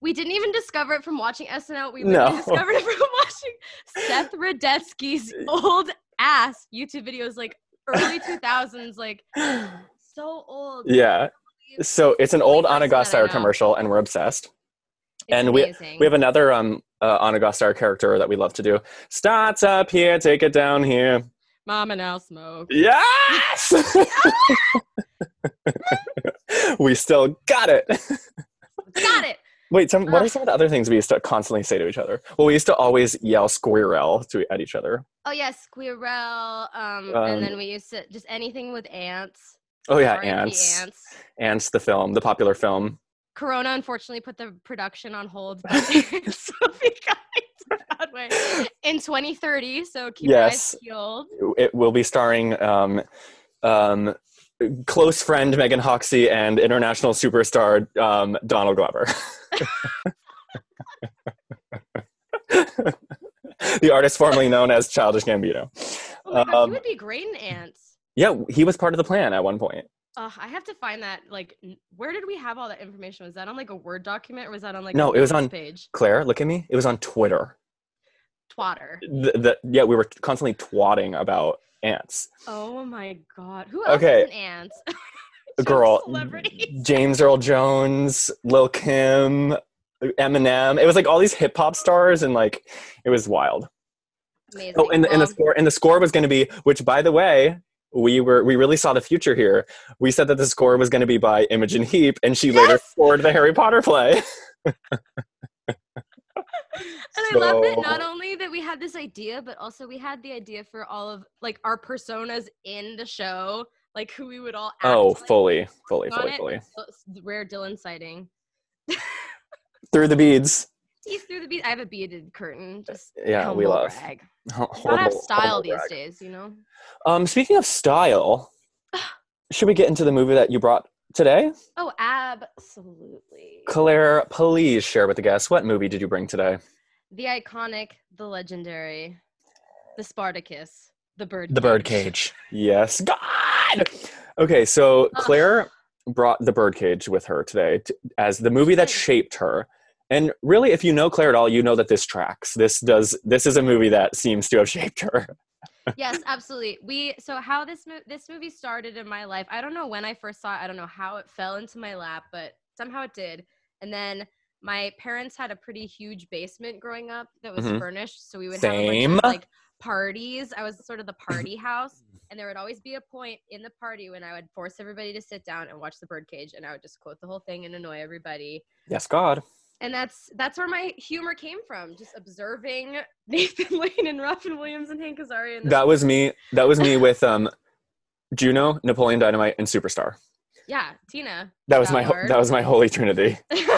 [SPEAKER 2] we didn't even discover it from watching SNL. We
[SPEAKER 1] No.
[SPEAKER 2] literally discovered it from watching Seth Rudetsky's old ass YouTube videos, like early two thousands, like so old.
[SPEAKER 1] Yeah. So it's an old
[SPEAKER 2] Only
[SPEAKER 1] Anna
[SPEAKER 2] person that I
[SPEAKER 1] Gasteyer
[SPEAKER 2] know.
[SPEAKER 1] commercial and we're obsessed.
[SPEAKER 2] It's
[SPEAKER 1] and we-
[SPEAKER 2] amazing.
[SPEAKER 1] We have another um uh, Anna Gasteyer character that we love to do. Starts up here, take it down here.
[SPEAKER 2] mom and I'll smoke.
[SPEAKER 1] Yes! we still got it.
[SPEAKER 2] Got it.
[SPEAKER 1] Wait, some, what are some of the other things we used to constantly say to each other? Well, we used to always yell squirrel to at each other.
[SPEAKER 2] Oh yeah, squirrel.
[SPEAKER 1] Um,
[SPEAKER 2] Um, and then we used to just anything with ants.
[SPEAKER 1] Oh yeah,
[SPEAKER 2] R.I.P.
[SPEAKER 1] ants. Ants, the film, the popular film.
[SPEAKER 2] Corona unfortunately put the production on hold, but it's will be coming to Broadway in 2030. So keep
[SPEAKER 1] Yes.
[SPEAKER 2] your eyes peeled.
[SPEAKER 1] It will be starring um, um, close friend Megan Hoxie and international superstar um, Donald Glover. the artist formerly known as Childish Gambino.
[SPEAKER 2] Oh my God,
[SPEAKER 1] Um,
[SPEAKER 2] he would be great in ants.
[SPEAKER 1] Yeah, he was part of the plan at one point.
[SPEAKER 2] Ugh, I have to find that. Like, n- where did we have all that information? Was that on like a Word document or was that on like
[SPEAKER 1] No,
[SPEAKER 2] a
[SPEAKER 1] it was
[SPEAKER 2] Wix
[SPEAKER 1] on-
[SPEAKER 2] page
[SPEAKER 1] Claire, look at me. It was on Twitter.
[SPEAKER 2] Twatter.
[SPEAKER 1] The, the, yeah, we were constantly twatting about ants.
[SPEAKER 2] Oh my God, who else
[SPEAKER 1] Okay.
[SPEAKER 2] is in ants? Just
[SPEAKER 1] Girl,
[SPEAKER 2] celebrities.
[SPEAKER 1] James Earl Jones, Lil Kim, Eminem. It was like all these hip hop stars, and like it was wild.
[SPEAKER 2] Amazing. Um,
[SPEAKER 1] Oh, and the, and the
[SPEAKER 2] Well,
[SPEAKER 1] score and the score was going to be, which by the way, we were we really saw the future here. We said that the score was going to be by Imogen Heap, and she later
[SPEAKER 2] Yes!
[SPEAKER 1] scored the Harry Potter play.
[SPEAKER 2] And I love that not
[SPEAKER 1] So-
[SPEAKER 2] only that we had this idea, but also we had the idea for all of like our personas in the show, like who we would all act
[SPEAKER 1] Oh,
[SPEAKER 2] like.
[SPEAKER 1] fully, fully,
[SPEAKER 2] Got
[SPEAKER 1] fully,
[SPEAKER 2] it.
[SPEAKER 1] fully.
[SPEAKER 2] Oh, s- Rare Dylan sighting.
[SPEAKER 1] Through the beads.
[SPEAKER 2] He's through the bead. I have a beaded curtain. Just
[SPEAKER 1] Yeah, we
[SPEAKER 2] humble
[SPEAKER 1] love.
[SPEAKER 2] brag.
[SPEAKER 1] Ho-
[SPEAKER 2] Gotta have
[SPEAKER 1] horrible-
[SPEAKER 2] style
[SPEAKER 1] horrible
[SPEAKER 2] these
[SPEAKER 1] brag.
[SPEAKER 2] days, you know.
[SPEAKER 1] Um, speaking of style, should we get into the movie that you brought today?
[SPEAKER 2] Oh, absolutely.
[SPEAKER 1] Claire, please share with the guests what movie did you bring today?
[SPEAKER 2] The iconic, the legendary, the Spartacus, the bird.
[SPEAKER 1] The Birdcage. Yes. God. Okay, so
[SPEAKER 2] Ugh.
[SPEAKER 1] Claire brought The Birdcage with her today t- as the movie that
[SPEAKER 2] Good.
[SPEAKER 1] shaped her. And really, if you know Claire at all, you know that this tracks. This does. This is a movie that seems to have shaped her.
[SPEAKER 2] yes, absolutely. We so how this mo- this movie started in my life. I don't know when I first saw it. I don't know how it fell into my lap, but somehow it did. And then my parents had a pretty huge basement growing up that was
[SPEAKER 1] Mhm.
[SPEAKER 2] furnished, so we would have a bunch
[SPEAKER 1] Same.
[SPEAKER 2] of, like parties. I was sort of the party house, and there would always be a point in the party when I would force everybody to sit down and watch The Birdcage, and I would just quote the whole thing and annoy everybody.
[SPEAKER 1] Yes, God.
[SPEAKER 2] And that's that's where my humor came from, just observing Nathan Lane and Robin Williams and Hank Azaria. And the
[SPEAKER 1] That was me. That was me with um, Juno, Napoleon Dynamite, and Superstar.
[SPEAKER 2] Yeah, Tina.
[SPEAKER 1] That was
[SPEAKER 2] That
[SPEAKER 1] my. ho
[SPEAKER 2] word.
[SPEAKER 1] That was my holy trinity.
[SPEAKER 2] I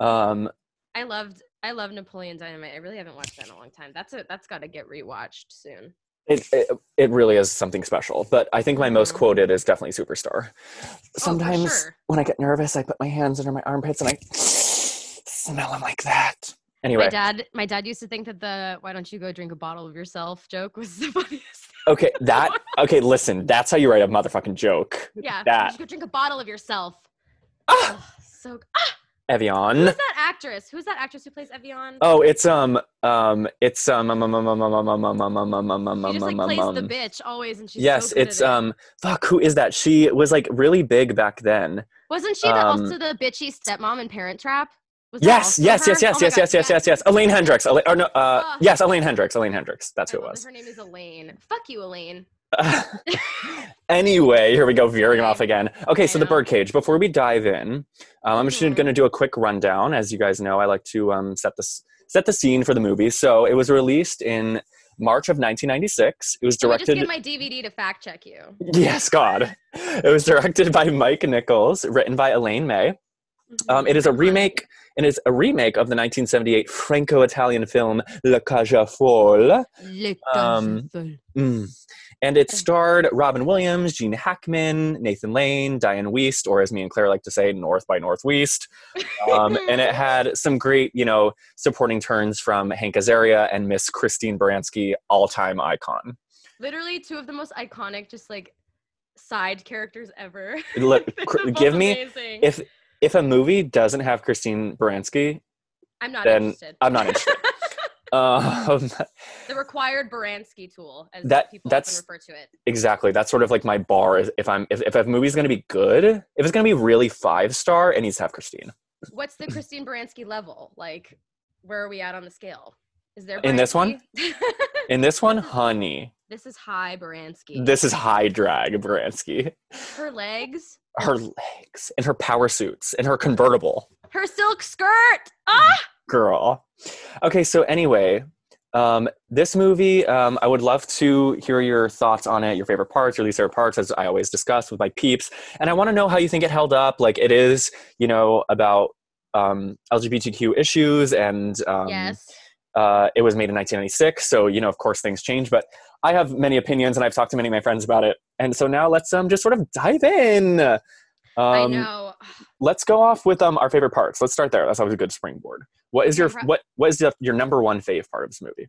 [SPEAKER 1] Um,
[SPEAKER 2] loved I love Napoleon Dynamite. I really haven't watched that in a long time. That's a that's got to get rewatched soon. Oh,
[SPEAKER 1] It, it it really is something special, but I think my most
[SPEAKER 2] Mhm.
[SPEAKER 1] quoted is definitely Superstar. Sometimes
[SPEAKER 2] Oh, sure.
[SPEAKER 1] when I get nervous, I put my hands under my armpits and I smell them like that.
[SPEAKER 2] My
[SPEAKER 1] Anyway,
[SPEAKER 2] dad my dad used to think that the why don't you go drink a bottle of yourself joke was the funniest. thing.
[SPEAKER 1] okay, that okay. Listen, that's how you write a motherfucking joke.
[SPEAKER 2] Yeah,
[SPEAKER 1] That.
[SPEAKER 2] you should go drink a bottle of yourself.
[SPEAKER 1] Ah,
[SPEAKER 2] Ugh, so ah,
[SPEAKER 1] Evian.
[SPEAKER 2] Who's that actress? Who's that actress who plays Evian?
[SPEAKER 1] Oh, it's um um it's um um um um um um um um um um um um um
[SPEAKER 2] she just like
[SPEAKER 1] um
[SPEAKER 2] plays
[SPEAKER 1] um
[SPEAKER 2] the
[SPEAKER 1] um
[SPEAKER 2] bitch always, and she's so
[SPEAKER 1] Yes,
[SPEAKER 2] good at
[SPEAKER 1] it's
[SPEAKER 2] it.
[SPEAKER 1] um fuck who is that? She was like really big back then.
[SPEAKER 2] Wasn't she the,
[SPEAKER 1] um,
[SPEAKER 2] also the bitchy stepmom in Parent Trap? Was that
[SPEAKER 1] Yes,
[SPEAKER 2] also
[SPEAKER 1] yes,
[SPEAKER 2] her?
[SPEAKER 1] yes, yes,
[SPEAKER 2] Oh my
[SPEAKER 1] yes,
[SPEAKER 2] God, Ah.
[SPEAKER 1] yes, yes, yes, yes. Elaine Hendricks. Elaine, or no, uh,
[SPEAKER 2] Ugh.
[SPEAKER 1] yes, Elaine Hendricks. Elaine Hendricks. That's who
[SPEAKER 2] I
[SPEAKER 1] it
[SPEAKER 2] love
[SPEAKER 1] was.
[SPEAKER 2] Her name is Elaine. Fuck you, Elaine.
[SPEAKER 1] anyway, here we go, veering off
[SPEAKER 2] Okay.
[SPEAKER 1] again. Okay,
[SPEAKER 2] I
[SPEAKER 1] so the
[SPEAKER 2] know.
[SPEAKER 1] birdcage. Before we dive in, um, I'm just
[SPEAKER 2] Mhm.
[SPEAKER 1] going to do a quick rundown. As you guys know, I like to um, set this set the scene for the movie. So it was released in March of 1996. It was
[SPEAKER 2] Can we just
[SPEAKER 1] directed.
[SPEAKER 2] get my DVD to fact check you.
[SPEAKER 1] yes, God. It was directed by Mike Nichols, written by Elaine May. Um, it is a
[SPEAKER 2] Iconic.
[SPEAKER 1] remake. It is a remake of the 1978 Franco-Italian film La Casa Folle.
[SPEAKER 2] Le
[SPEAKER 1] Um,
[SPEAKER 2] Gazelle.
[SPEAKER 1] Mm. And it
[SPEAKER 2] Okay.
[SPEAKER 1] starred Robin Williams, Gene Hackman, Nathan Lane, Diane Weist, or as me and Claire like to say, North by Northwest. Um, and it had some great, you know, supporting turns from Hank Azaria and Miss Christine Baranski, all-time icon.
[SPEAKER 2] Literally two of the most iconic, just like side characters ever.
[SPEAKER 1] Look,
[SPEAKER 2] They're
[SPEAKER 1] cr-
[SPEAKER 2] both
[SPEAKER 1] give me
[SPEAKER 2] amazing.
[SPEAKER 1] if if a movie doesn't have Christine Baranski,
[SPEAKER 2] I'm not
[SPEAKER 1] then
[SPEAKER 2] interested.
[SPEAKER 1] I'm not interested. um,
[SPEAKER 2] the required Baranski tool, as
[SPEAKER 1] That-
[SPEAKER 2] people
[SPEAKER 1] that's-
[SPEAKER 2] often refer to it.
[SPEAKER 1] exactly, that's sort of like my bar. is If I'm if if a movie's gonna be good, if it's gonna be really five star, it needs to have Christine.
[SPEAKER 2] What's the Christine Baranski level? Like, where are we at on the scale? Is there
[SPEAKER 1] In this one?
[SPEAKER 2] Baranski?
[SPEAKER 1] In this one, honey.
[SPEAKER 2] this is high Baranski.
[SPEAKER 1] This is high drag, Baranski.
[SPEAKER 2] her legs,
[SPEAKER 1] Her legs and her power suits and her convertible,
[SPEAKER 2] her silk skirt. Ah,
[SPEAKER 1] girl. Okay, so anyway, um, this movie, um, I would love to hear your thoughts on it, your favorite parts, your least favorite parts, as I always discuss with my peeps. And I want to know how you think it held up. Like, it is, you know, about um, LGBTQ issues and um,
[SPEAKER 2] yes.
[SPEAKER 1] uh, it was made in 1996 so you know of course things change but i have many opinions and i've talked to many of my friends about it and so now let's um just sort of dive in um,
[SPEAKER 2] I know.
[SPEAKER 1] let's go off with um our favorite parts let's start there that's always a good springboard what is your
[SPEAKER 2] Number-
[SPEAKER 1] what what is the, your number one fave part of this movie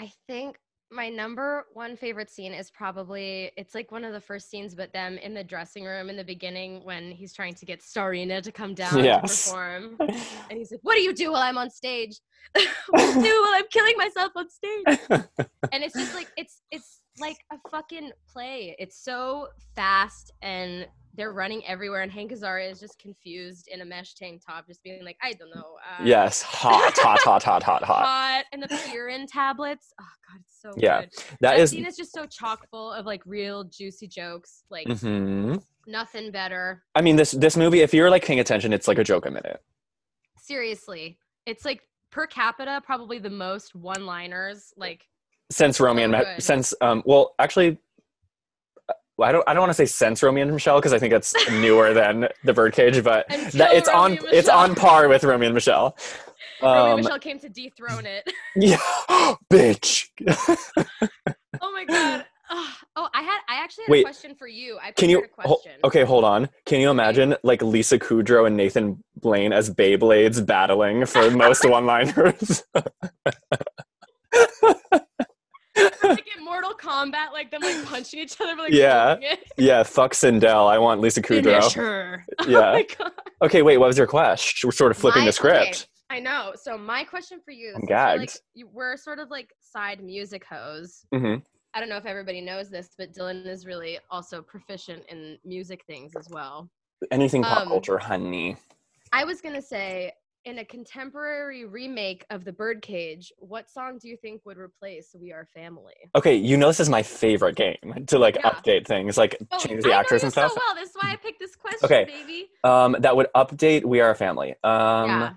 [SPEAKER 2] I think my number one favorite scene is probably it's like one of the first scenes, but them in the dressing room in the beginning when he's trying to get Starina to come down to
[SPEAKER 1] Yes.
[SPEAKER 2] perform, and he's like, "What do you do while I'm on stage? what do you do while I'm killing myself on stage?" and it's just like it's it's like a fucking play. It's so fast and. They're running everywhere, and Hank Azaria is just confused in a mesh tank top, just being like, "I don't know." Uh,
[SPEAKER 1] yes hot hot hot hot hot hot
[SPEAKER 2] hot and the Purine tablets. Oh god, it's so
[SPEAKER 1] Yeah,
[SPEAKER 2] good.
[SPEAKER 1] that
[SPEAKER 2] that
[SPEAKER 1] is
[SPEAKER 2] scene is just so chock full of like real juicy jokes. Like
[SPEAKER 1] Mhm.
[SPEAKER 2] nothing better.
[SPEAKER 1] i mean this this movie if you're like paying attention it's like a joke a minute
[SPEAKER 2] Seriously, it's like per capita probably the most one-liners. Like
[SPEAKER 1] since Romeo and
[SPEAKER 2] So
[SPEAKER 1] Ma-
[SPEAKER 2] good.
[SPEAKER 1] since um well actually uh, well, I don't I don't want to say since Romeo and Michelle because I think that's newer than the Birdcage, but
[SPEAKER 2] Until
[SPEAKER 1] that, it's
[SPEAKER 2] Romeo
[SPEAKER 1] on
[SPEAKER 2] and
[SPEAKER 1] it's
[SPEAKER 2] Michelle.
[SPEAKER 1] on par with Romeo and Michelle.
[SPEAKER 2] Romeo and
[SPEAKER 1] Um,
[SPEAKER 2] Michelle came to dethrone it.
[SPEAKER 1] yeah, bitch.
[SPEAKER 2] oh my god. Ugh. Oh, I had I actually had
[SPEAKER 1] Wait.
[SPEAKER 2] a question for you. I
[SPEAKER 1] Can
[SPEAKER 2] prepared
[SPEAKER 1] you
[SPEAKER 2] a
[SPEAKER 1] ho-
[SPEAKER 2] question.
[SPEAKER 1] okay? Hold on. Can you imagine like Lisa Kudrow and Nathan Blaine as Beyblades battling for most one-liners?
[SPEAKER 2] Like in Mortal Kombat, like them like punching each other, but, like
[SPEAKER 1] Yeah.
[SPEAKER 2] holding it.
[SPEAKER 1] yeah, fuck Sindel. I want Lisa
[SPEAKER 2] Finish
[SPEAKER 1] Kudrow.
[SPEAKER 2] her. Oh
[SPEAKER 1] Yeah.
[SPEAKER 2] my god.
[SPEAKER 1] Okay. Wait. What was your question? We're sort of flipping
[SPEAKER 2] My-
[SPEAKER 1] the script.
[SPEAKER 2] okay, I know. So my question for you,
[SPEAKER 1] I'm
[SPEAKER 2] since you're, like,
[SPEAKER 1] gagged.
[SPEAKER 2] you, we're sort of like side music hoes.
[SPEAKER 1] hmm
[SPEAKER 2] I don't know if everybody knows this, but Dylan is really also proficient in music things as well.
[SPEAKER 1] Anything pop
[SPEAKER 2] Um,
[SPEAKER 1] culture, honey.
[SPEAKER 2] I was gonna say, in a contemporary remake of The Birdcage, what song do you think would replace "We Are Family"?
[SPEAKER 1] Okay, you know this is my favorite game to like
[SPEAKER 2] Yeah. Oh,
[SPEAKER 1] update things, like change the
[SPEAKER 2] I know
[SPEAKER 1] actors
[SPEAKER 2] you
[SPEAKER 1] and stuff.
[SPEAKER 2] So well, that's why I picked this question,
[SPEAKER 1] Okay.
[SPEAKER 2] baby.
[SPEAKER 1] Um, that would update We Are a Family. Um,
[SPEAKER 2] yeah,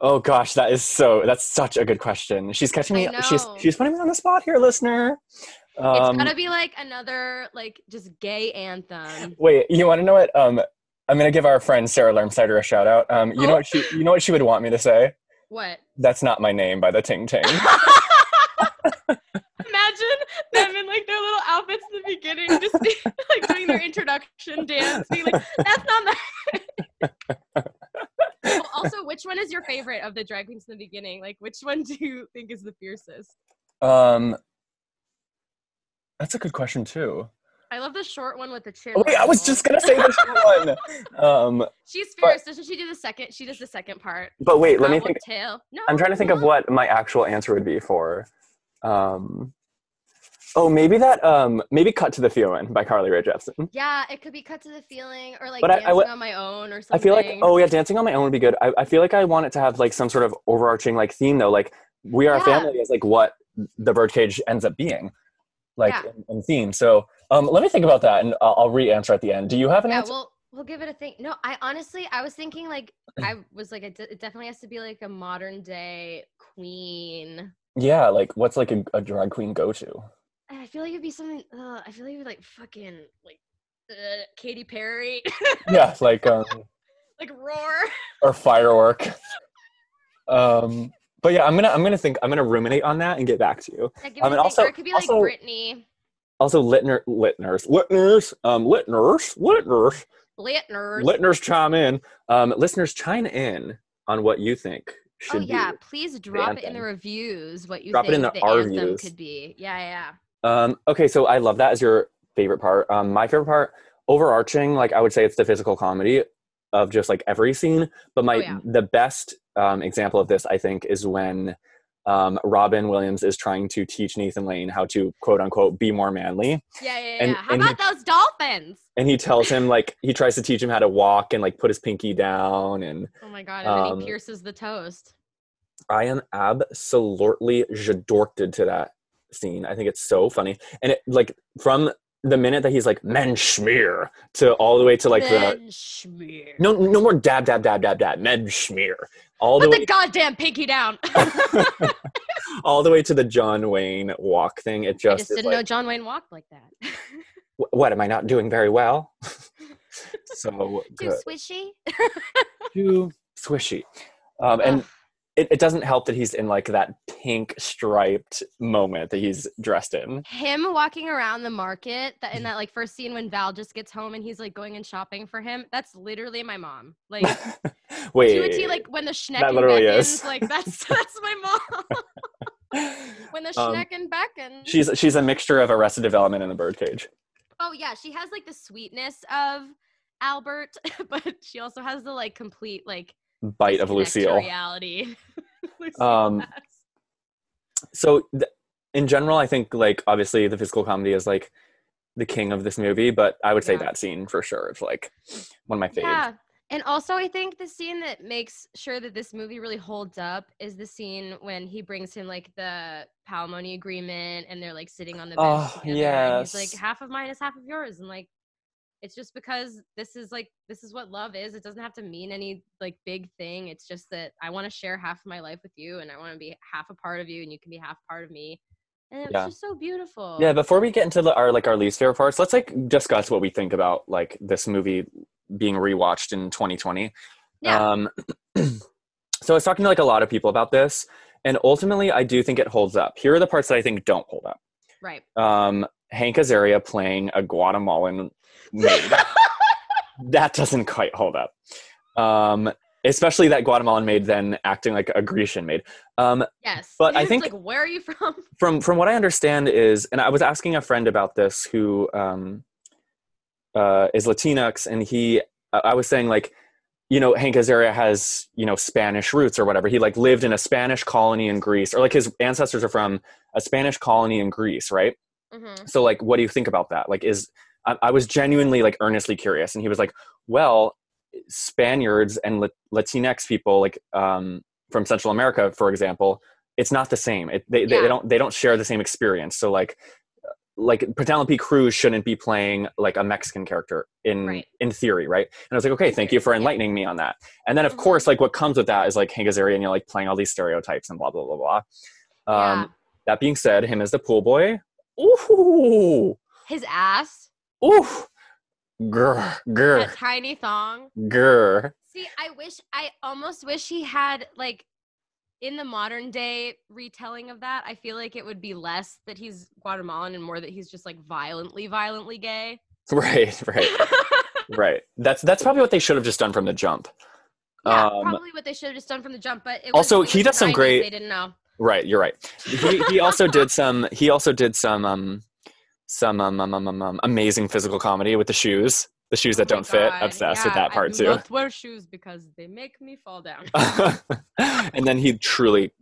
[SPEAKER 1] Oh gosh, that is so. That's such a good question. She's catching me.
[SPEAKER 2] I
[SPEAKER 1] She's
[SPEAKER 2] know.
[SPEAKER 1] she's putting me on the spot here, listener.
[SPEAKER 2] it's
[SPEAKER 1] Um,
[SPEAKER 2] gotta be like another like just gay anthem.
[SPEAKER 1] wait, you want to know what? Um, I'm gonna give our friend Sarah Lermsider a shout out. Um, you know
[SPEAKER 2] Oh.
[SPEAKER 1] what she you know what she would want me to say?
[SPEAKER 2] What?
[SPEAKER 1] That's not my name by the Ting Ting.
[SPEAKER 2] Imagine them in like their little outfits in the beginning, just be, like doing their introduction dance, being like, "That's not my." well, also, which one is your favorite of the drag queens in the beginning? Like, which one do you think is the fiercest?
[SPEAKER 1] um, that's a good question too.
[SPEAKER 2] I love the short one with the chin.
[SPEAKER 1] Oh, wait, I was
[SPEAKER 2] wrinkle.
[SPEAKER 1] just gonna say this one. Um,
[SPEAKER 2] She's
[SPEAKER 1] but-
[SPEAKER 2] fierce. Doesn't she do the second? She does the second part.
[SPEAKER 1] but wait, let me
[SPEAKER 2] Uh, one
[SPEAKER 1] think.
[SPEAKER 2] Tail. No,
[SPEAKER 1] I'm trying to think of
[SPEAKER 2] no.
[SPEAKER 1] what my actual answer would be for. Um, oh, maybe that. Um, maybe "Cut to the Feeling" by Carly Rae Jepsen.
[SPEAKER 2] Yeah, it could be cut to the feeling or like
[SPEAKER 1] But I- I
[SPEAKER 2] dancing
[SPEAKER 1] would-
[SPEAKER 2] on my own or
[SPEAKER 1] I
[SPEAKER 2] something.
[SPEAKER 1] feel like oh yeah, dancing on my own would be good. I, I feel like I want it to have like some sort of overarching like theme though. Like we are a
[SPEAKER 2] Yeah.
[SPEAKER 1] family is like what the birdcage ends up being, like
[SPEAKER 2] Yeah.
[SPEAKER 1] in, in theme. So um, let me think about that and I'll, I'll re-answer at the end. Do you have an
[SPEAKER 2] yeah,
[SPEAKER 1] answer?
[SPEAKER 2] we'll we'll give it a think. No, I honestly I was thinking like I was like it, de- it definitely has to be like a modern day queen.
[SPEAKER 1] yeah, like what's like a, a drag queen go to?
[SPEAKER 2] And I feel like it'd be something. Uh, I feel like it'd be like fucking like uh, Katy Perry,
[SPEAKER 1] yeah, like um,
[SPEAKER 2] like roar.
[SPEAKER 1] or firework. Um, but yeah, I'm gonna I'm gonna think I'm gonna ruminate on that and get back to you.
[SPEAKER 2] Like, give
[SPEAKER 1] I
[SPEAKER 2] it
[SPEAKER 1] mean,
[SPEAKER 2] a think.
[SPEAKER 1] also-
[SPEAKER 2] or it could be like
[SPEAKER 1] also-
[SPEAKER 2] Britney,
[SPEAKER 1] Also, Litner, Litners, Litners, um, Litners, Litners.
[SPEAKER 2] Blitner.
[SPEAKER 1] listeners chime in um, listeners chime in on what you think
[SPEAKER 2] oh
[SPEAKER 1] should
[SPEAKER 2] yeah, please drop it in the
[SPEAKER 1] anthem.
[SPEAKER 2] reviews what you
[SPEAKER 1] Drop it
[SPEAKER 2] think
[SPEAKER 1] in the
[SPEAKER 2] the
[SPEAKER 1] our
[SPEAKER 2] anthem
[SPEAKER 1] views.
[SPEAKER 2] could be. Yeah, yeah.
[SPEAKER 1] be um, okay so i love that as your favorite part um, my favorite part overarching like i would say it's the physical comedy of just like every scene but my
[SPEAKER 2] Oh, yeah.
[SPEAKER 1] the best um, example of this i think is when um, robin williams is trying to teach nathan lane how to quote unquote be more manly
[SPEAKER 2] Yeah, yeah, yeah.
[SPEAKER 1] And-
[SPEAKER 2] yeah. How
[SPEAKER 1] and
[SPEAKER 2] about those dolphins?
[SPEAKER 1] and he tells him like he tries to teach him how to walk and like put his pinky down and
[SPEAKER 2] Oh my god, and then
[SPEAKER 1] Um,
[SPEAKER 2] he pierces the toast.
[SPEAKER 1] I am absolutely jadorted to that scene. I think it's so funny. And it like from the minute that he's like men schmear to all the way to like the
[SPEAKER 2] Men schmear.
[SPEAKER 1] no no more dab dab dab dab dab men schmear all the
[SPEAKER 2] Put the,
[SPEAKER 1] way
[SPEAKER 2] goddamn pinky down.
[SPEAKER 1] all the way to the John Wayne walk thing. It
[SPEAKER 2] I
[SPEAKER 1] just,
[SPEAKER 2] just
[SPEAKER 1] is
[SPEAKER 2] didn't know
[SPEAKER 1] like,
[SPEAKER 2] John Wayne walked like that.
[SPEAKER 1] "Wh- what am I not doing very well? so
[SPEAKER 2] Too
[SPEAKER 1] good.
[SPEAKER 2] swishy.
[SPEAKER 1] too swishy. Um, and
[SPEAKER 2] Ugh.
[SPEAKER 1] it, it doesn't help that he's in like that pink striped moment that he's dressed in.
[SPEAKER 2] him walking around the market that in that like first scene when Val just gets home and he's like going and shopping for him. That's literally my mom. Like
[SPEAKER 1] Wait.
[SPEAKER 2] to a T, like when the schneck
[SPEAKER 1] That
[SPEAKER 2] and
[SPEAKER 1] literally
[SPEAKER 2] beckons,
[SPEAKER 1] is.
[SPEAKER 2] like that's that's my mom. when the
[SPEAKER 1] Um,
[SPEAKER 2] schneck and beckons.
[SPEAKER 1] she's she's a mixture of Arrested Development and The Birdcage.
[SPEAKER 2] oh yeah, she has like the sweetness of Albert, but she also has the like complete like
[SPEAKER 1] Bite of
[SPEAKER 2] disconnect to
[SPEAKER 1] Lucille.
[SPEAKER 2] reality. Lucille
[SPEAKER 1] Um,
[SPEAKER 2] has.
[SPEAKER 1] So th- in general, I think like obviously the physical comedy is like the king of this movie, but I would say
[SPEAKER 2] Yeah.
[SPEAKER 1] that scene for sure is like one of my faves.
[SPEAKER 2] Yeah. And also, I think the scene that makes sure that this movie really holds up is the scene when he brings him like the palimony agreement and they're like sitting on the bench.
[SPEAKER 1] Oh,
[SPEAKER 2] together, and
[SPEAKER 1] yes.
[SPEAKER 2] He's like, half of mine is half of yours. And like, it's just because this is like, this is what love is. It doesn't have to mean any like big thing. It's just that I want to share half of my life with you and I want to be half a part of you and you can be half part of me. And it
[SPEAKER 1] Yeah.
[SPEAKER 2] was just so beautiful.
[SPEAKER 1] Yeah, before we get into the, our like our least favorite parts, let's like discuss what we think about like this movie being rewatched in 2020.
[SPEAKER 2] Yeah.
[SPEAKER 1] Um, so I was talking to like a lot of people about this, and ultimately I do think it holds up. Here are the parts that I think don't hold up.
[SPEAKER 2] Right.
[SPEAKER 1] um, Hank Azaria playing a Guatemalan maid. that doesn't quite hold up. Um, especially that Guatemalan maid then acting like a Grecian maid. Um,
[SPEAKER 2] Yes.
[SPEAKER 1] But I
[SPEAKER 2] It's
[SPEAKER 1] think-
[SPEAKER 2] like, where are you from?
[SPEAKER 1] from from what I understand is, and I was asking a friend about this who um, uh, is Latinx, and he, I I was saying like, you know, Hank Azaria has you know Spanish roots or whatever. He like lived in a Spanish colony in Greece, or like his ancestors are from a Spanish colony in Greece, right?
[SPEAKER 2] hmm
[SPEAKER 1] so like what do you think about that like is i, I was genuinely like earnestly curious and he was like well spaniards and Lat- latinx people like um, from central america for example it's not the same it, they, they,
[SPEAKER 2] Yeah.
[SPEAKER 1] they don't they don't share the same experience so like uh, like Penelope Cruz shouldn't be playing like a Mexican character in
[SPEAKER 2] Right.
[SPEAKER 1] in theory, right? And I was like, okay, thank you for enlightening me on that. And then of
[SPEAKER 2] Mhm.
[SPEAKER 1] course, like what comes with that is like Hank Azaria and you're like playing all these stereotypes and blah blah blah blah. Um,
[SPEAKER 2] Yeah.
[SPEAKER 1] That being said, him as the pool boy, Ooh,
[SPEAKER 2] His ass.
[SPEAKER 1] ooh, grr, grr,
[SPEAKER 2] that tiny thong.
[SPEAKER 1] grr.
[SPEAKER 2] See, I wish I almost wish he had like in the modern day retelling of that. I feel like it would be less that he's Guatemalan and more that he's just like violently, violently gay.
[SPEAKER 1] Right, right, right. That's that's probably what they should have just done from the jump.
[SPEAKER 2] yeah,
[SPEAKER 1] Um,
[SPEAKER 2] probably what they should have just done from the jump. But it was,
[SPEAKER 1] Also,
[SPEAKER 2] it was
[SPEAKER 1] he does some
[SPEAKER 2] 90s,
[SPEAKER 1] great-
[SPEAKER 2] They didn't know.
[SPEAKER 1] Right, you're right. He, he also did some. He also did some. Um, some um, um, um, um, um, amazing physical comedy with the shoes, the shoes that
[SPEAKER 2] Oh my
[SPEAKER 1] don't fit.
[SPEAKER 2] God,
[SPEAKER 1] Obsessed with
[SPEAKER 2] yeah,
[SPEAKER 1] that part
[SPEAKER 2] I do
[SPEAKER 1] too.
[SPEAKER 2] Not wear shoes because they make me fall down.
[SPEAKER 1] and then he truly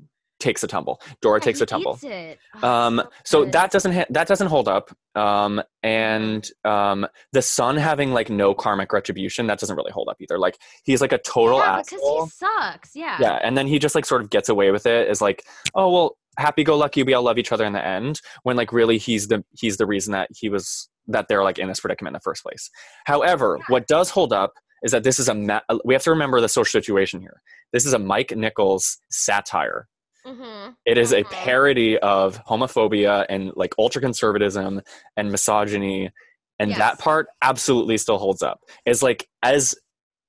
[SPEAKER 1] takes a tumble. Dora takes
[SPEAKER 2] he
[SPEAKER 1] a tumble.
[SPEAKER 2] eats it. Oh,
[SPEAKER 1] Um, so
[SPEAKER 2] good.
[SPEAKER 1] that doesn't ha- that doesn't hold up. Um, and um, the son having like no karmic retribution that doesn't really hold up either. Like he's like a total
[SPEAKER 2] yeah,
[SPEAKER 1] asshole.
[SPEAKER 2] because he sucks. Yeah.
[SPEAKER 1] Yeah, and then he just like sort of gets away with it. Is like, oh well, happy go lucky, we all love each other in the end. When like really he's the he's the reason that he was that they're like in this predicament in the first place. However,
[SPEAKER 2] Yeah.
[SPEAKER 1] what does hold up is that this is a ma- we have to remember the social situation here. This is a Mike Nichols satire.
[SPEAKER 2] hmm
[SPEAKER 1] It is a
[SPEAKER 2] Mhm.
[SPEAKER 1] parody of homophobia and like ultra conservatism and misogyny, and
[SPEAKER 2] Yes.
[SPEAKER 1] that part absolutely still holds up. It's like as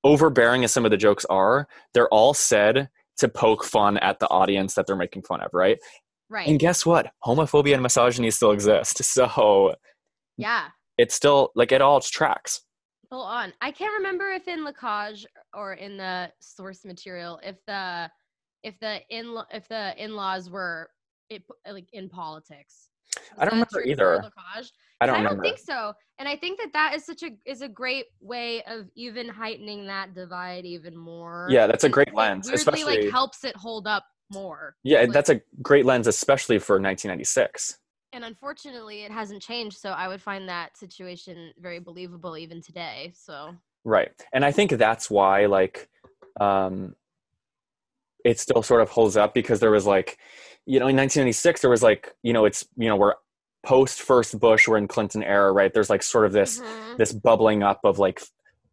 [SPEAKER 1] overbearing as some of the jokes are, they're all said to poke fun at the audience that they're making fun of, right?
[SPEAKER 2] Right.
[SPEAKER 1] And guess what? Homophobia and misogyny still exist, so
[SPEAKER 2] yeah.
[SPEAKER 1] it's still like it all tracks.
[SPEAKER 2] Full on. I can't remember if in Lacage or in the source material if the if the in if the in laws were it, like in politics.
[SPEAKER 1] I don't
[SPEAKER 2] Is that
[SPEAKER 1] remember
[SPEAKER 2] true for
[SPEAKER 1] either.
[SPEAKER 2] Lacage?
[SPEAKER 1] I don't
[SPEAKER 2] I
[SPEAKER 1] remember.
[SPEAKER 2] don't think so. And I think that that is such a is a great way of even heightening that divide even more.
[SPEAKER 1] Yeah, that's a
[SPEAKER 2] And
[SPEAKER 1] great
[SPEAKER 2] it
[SPEAKER 1] lens,
[SPEAKER 2] Weirdly,
[SPEAKER 1] especially-
[SPEAKER 2] like helps it hold up more.
[SPEAKER 1] yeah,
[SPEAKER 2] like-
[SPEAKER 1] that's a great lens, especially for 1996.
[SPEAKER 2] And unfortunately, it hasn't changed. So I would find that situation very believable even today. So
[SPEAKER 1] Right. And I think that's why like um it still sort of holds up because there was like you know in 1996 there was like you know it's you know we're post first Bush we're in Clinton era right there's like sort of this
[SPEAKER 2] Mhm.
[SPEAKER 1] this bubbling up of like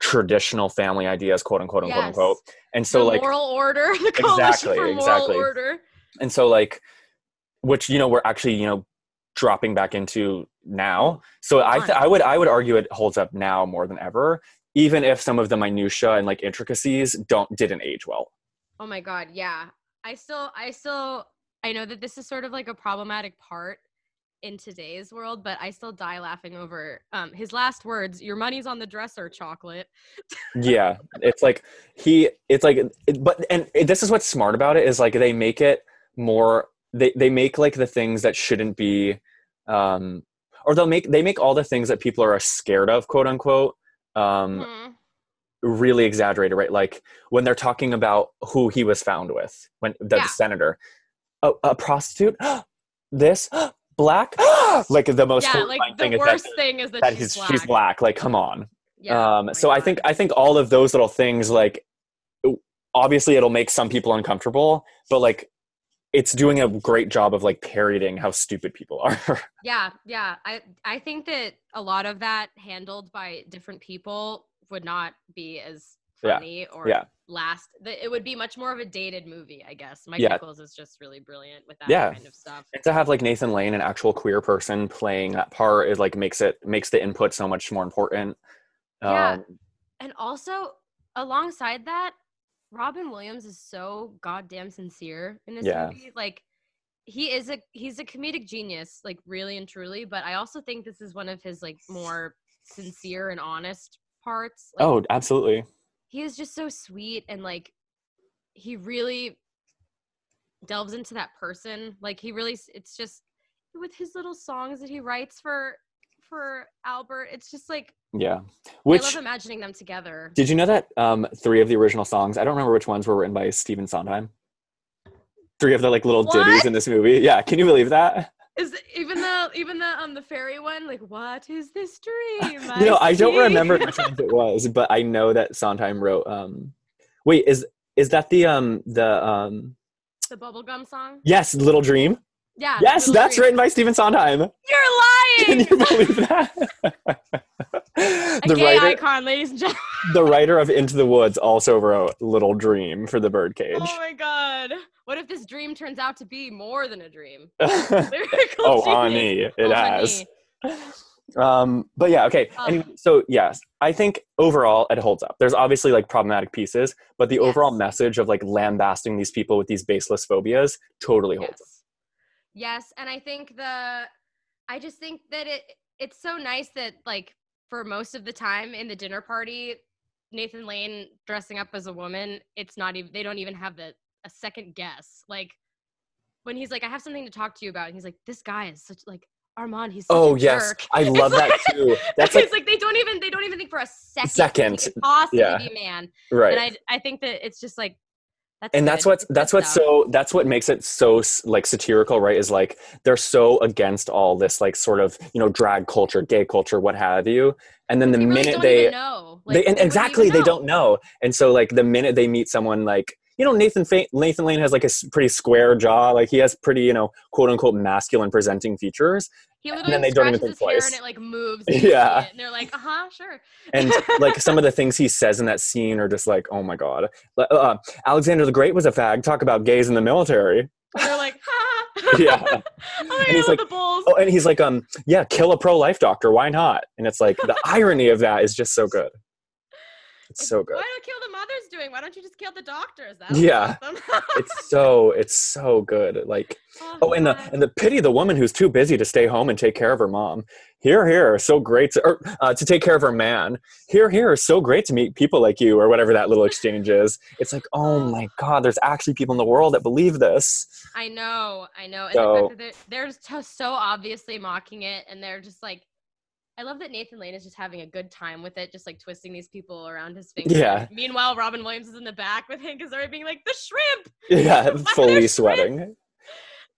[SPEAKER 1] traditional family ideas quote unquote unquote
[SPEAKER 2] Yes.
[SPEAKER 1] unquote and so
[SPEAKER 2] the
[SPEAKER 1] like
[SPEAKER 2] moral order, the coalition
[SPEAKER 1] Exactly,
[SPEAKER 2] for moral
[SPEAKER 1] exactly.
[SPEAKER 2] order.
[SPEAKER 1] and so like which you know we're actually you know dropping back into now so i th-
[SPEAKER 2] Fine.
[SPEAKER 1] i would i would argue it holds up now more than ever even if some of the minutia and like intricacies don't didn't age well
[SPEAKER 2] Oh my god, yeah. I still I still I know that this is sort of like a problematic part in today's world, but I still die laughing over um his last words, your money's on the dresser, chocolate.
[SPEAKER 1] yeah it's like he it's like it- but and it- this is what's smart about it is like they make it more they they make like the things that shouldn't be um or they'll make they make all the things that people are scared of quote unquote um
[SPEAKER 2] Mhm.
[SPEAKER 1] really exaggerated, right? Like when they're talking about who he was found with, when the
[SPEAKER 2] Yeah.
[SPEAKER 1] senator, a, a prostitute, this black, like the most
[SPEAKER 2] yeah,
[SPEAKER 1] horrifying
[SPEAKER 2] like
[SPEAKER 1] thing
[SPEAKER 2] the
[SPEAKER 1] is that,
[SPEAKER 2] worst thing is that,
[SPEAKER 1] that
[SPEAKER 2] she's,
[SPEAKER 1] he's,
[SPEAKER 2] black.
[SPEAKER 1] she's black. Like, come on.
[SPEAKER 2] Yeah,
[SPEAKER 1] um,
[SPEAKER 2] oh
[SPEAKER 1] so
[SPEAKER 2] my
[SPEAKER 1] I think
[SPEAKER 2] God.
[SPEAKER 1] I think all of those little things, like obviously, it'll make some people uncomfortable, but like it's doing a great job of like parodying how stupid people are.
[SPEAKER 2] Yeah, yeah. I I think that a lot of that handled by different people would not be as
[SPEAKER 1] Yeah,
[SPEAKER 2] funny or
[SPEAKER 1] yeah.
[SPEAKER 2] last. that It would be much more of a dated movie, I guess. Mike
[SPEAKER 1] Yeah.
[SPEAKER 2] Nichols is just really brilliant with that
[SPEAKER 1] Yeah.
[SPEAKER 2] kind of stuff.
[SPEAKER 1] and to have like Nathan Lane, an actual queer person, playing that part, it like makes it makes the input so much more important. Um,
[SPEAKER 2] Yeah. And also, alongside that, Robin Williams is so goddamn sincere in this
[SPEAKER 1] Yeah.
[SPEAKER 2] movie. Like, he is a he's a comedic genius, like really and truly. But I also think this is one of his like more sincere and honest parts. Like,
[SPEAKER 1] oh, absolutely.
[SPEAKER 2] he is just so sweet and like he really delves into that person like he really s- it's just with his little songs that he writes for for albert it's just like
[SPEAKER 1] Yeah.
[SPEAKER 2] i
[SPEAKER 1] Which
[SPEAKER 2] love imagining them together
[SPEAKER 1] did you know that um, three of the original songs? I don't remember which ones were written by Stephen Sondheim. Three of the like little ditties in this movie. Yeah, can you believe that?
[SPEAKER 2] is even the even the um the fairy one like what is this dream
[SPEAKER 1] You know, I don't
[SPEAKER 2] see?"
[SPEAKER 1] remember which ones it was, but I know that Sondheim wrote. Um, wait, is is that the um the um
[SPEAKER 2] the bubblegum song
[SPEAKER 1] yes, Little Dream?
[SPEAKER 2] yeah
[SPEAKER 1] Yes,
[SPEAKER 2] Little
[SPEAKER 1] that's
[SPEAKER 2] Dream.
[SPEAKER 1] written by Stephen Sondheim. Can
[SPEAKER 2] you're lying
[SPEAKER 1] you believe that?
[SPEAKER 2] a
[SPEAKER 1] the
[SPEAKER 2] gay
[SPEAKER 1] writer,
[SPEAKER 2] icon ladies and gentlemen
[SPEAKER 1] the writer of Into the Woods also wrote Little Dream for the Birdcage.
[SPEAKER 2] oh my god what if this dream turns out to be more than a dream Lyrical
[SPEAKER 1] oh,
[SPEAKER 2] genius.
[SPEAKER 1] honey, it
[SPEAKER 2] Oh,
[SPEAKER 1] has.
[SPEAKER 2] honey.
[SPEAKER 1] Um, but yeah, okay.
[SPEAKER 2] Ugh.
[SPEAKER 1] Anyway, so yes, I think overall it holds up. There's obviously like problematic pieces, but the overall
[SPEAKER 2] Yes.
[SPEAKER 1] message of like lambasting these people with these baseless phobias totally holds. up.
[SPEAKER 2] Yes. Yes, and I think the I just think that it it's so nice that like for most of the time in the dinner party, Nathan Lane dressing up as a woman, it's not even they don't even have the a second guess. Like when he's like, I have something to talk to you about, and he's like, This guy is such like Armand, he's such
[SPEAKER 1] Oh
[SPEAKER 2] a
[SPEAKER 1] yes,
[SPEAKER 2] jerk.
[SPEAKER 1] I
[SPEAKER 2] It's
[SPEAKER 1] love that
[SPEAKER 2] like-
[SPEAKER 1] too. That's like
[SPEAKER 2] it's like they don't even they don't even think for a second that
[SPEAKER 1] Second,
[SPEAKER 2] he could possibly
[SPEAKER 1] yeah.
[SPEAKER 2] be a man.
[SPEAKER 1] right.
[SPEAKER 2] And I I think that it's just like that's
[SPEAKER 1] and that's
[SPEAKER 2] good.
[SPEAKER 1] what's
[SPEAKER 2] It's good
[SPEAKER 1] that's what's
[SPEAKER 2] stuff.
[SPEAKER 1] so that's what makes it so like satirical right is like they're so against all this like sort of you know drag culture gay culture what have you and then the
[SPEAKER 2] They really
[SPEAKER 1] minute
[SPEAKER 2] don't
[SPEAKER 1] they
[SPEAKER 2] even know. Like,
[SPEAKER 1] they and
[SPEAKER 2] wouldn't
[SPEAKER 1] exactly
[SPEAKER 2] even
[SPEAKER 1] they don't know and so like the minute they meet someone like you know nathan Fa- nathan lane has like a s- pretty square jaw like he has pretty you know quote unquote masculine presenting features
[SPEAKER 2] He
[SPEAKER 1] and
[SPEAKER 2] literally
[SPEAKER 1] then they don't even think
[SPEAKER 2] scratches his hair
[SPEAKER 1] twice.
[SPEAKER 2] and it like moves.
[SPEAKER 1] Yeah.
[SPEAKER 2] yeah. And they're like, uh huh, sure.
[SPEAKER 1] and like some of the things he says in that scene are just like oh my god Like, uh, alexander the great was a fag talk about gays in the military
[SPEAKER 2] And they're like, ha. ha.
[SPEAKER 1] Yeah.
[SPEAKER 2] oh my
[SPEAKER 1] And he's
[SPEAKER 2] god,
[SPEAKER 1] like,
[SPEAKER 2] the bulls.
[SPEAKER 1] Oh, and he's like, um, yeah, kill a pro life doctor. Why not? And it's like the irony of that is just so good. It's so good.
[SPEAKER 2] Why don't kill the mothers doing? Why don't you just kill the doctors? That
[SPEAKER 1] Yeah.
[SPEAKER 2] Them.
[SPEAKER 1] It's so it's so good. Like oh, and the
[SPEAKER 2] God.
[SPEAKER 1] and the pity of the woman who's too busy to stay home and take care of her mom. Here, here, so great to or, uh, to take care of her man. Here, here, so great to meet people like you or whatever that little exchange is. It's like oh my god, there's actually people in the world that believe this.
[SPEAKER 2] I know, I know. And
[SPEAKER 1] So-
[SPEAKER 2] the fact that they're, they're just so- so obviously mocking it, and they're just like, I love that Nathan Lane is just having a good time with it, just like twisting these people around his finger.
[SPEAKER 1] Yeah.
[SPEAKER 2] Meanwhile, Robin Williams is in the back with Hank Azaria being like, the shrimp,
[SPEAKER 1] Yeah,
[SPEAKER 2] Why
[SPEAKER 1] fully
[SPEAKER 2] there's
[SPEAKER 1] sweating.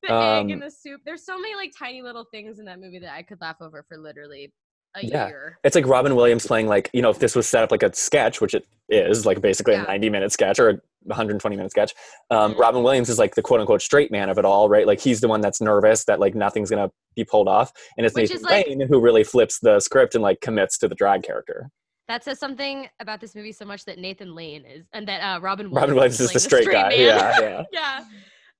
[SPEAKER 2] the egg,
[SPEAKER 1] Um,
[SPEAKER 2] and the soup. There's so many like tiny little things in that movie that I could laugh over for literally a
[SPEAKER 1] Yeah.
[SPEAKER 2] year.
[SPEAKER 1] It's like Robin Williams playing like you know if this was set up like a sketch, which it is, like basically
[SPEAKER 2] Yeah.
[SPEAKER 1] a ninety minute sketch or a one hundred twenty minute sketch. Um,
[SPEAKER 2] Mhm.
[SPEAKER 1] Robin Williams is like the quote unquote straight man of it all, right? Like he's the one that's nervous that like nothing's gonna be pulled off, and it's
[SPEAKER 2] Which
[SPEAKER 1] Nathan
[SPEAKER 2] is, like-
[SPEAKER 1] Lane who really flips the script and like commits to the drag character.
[SPEAKER 2] That says something about this movie so much that Nathan Lane is, and that uh, Robin Williams,
[SPEAKER 1] Robin Williams is the
[SPEAKER 2] playing
[SPEAKER 1] straight, guy.
[SPEAKER 2] man.
[SPEAKER 1] Yeah, yeah.
[SPEAKER 2] yeah.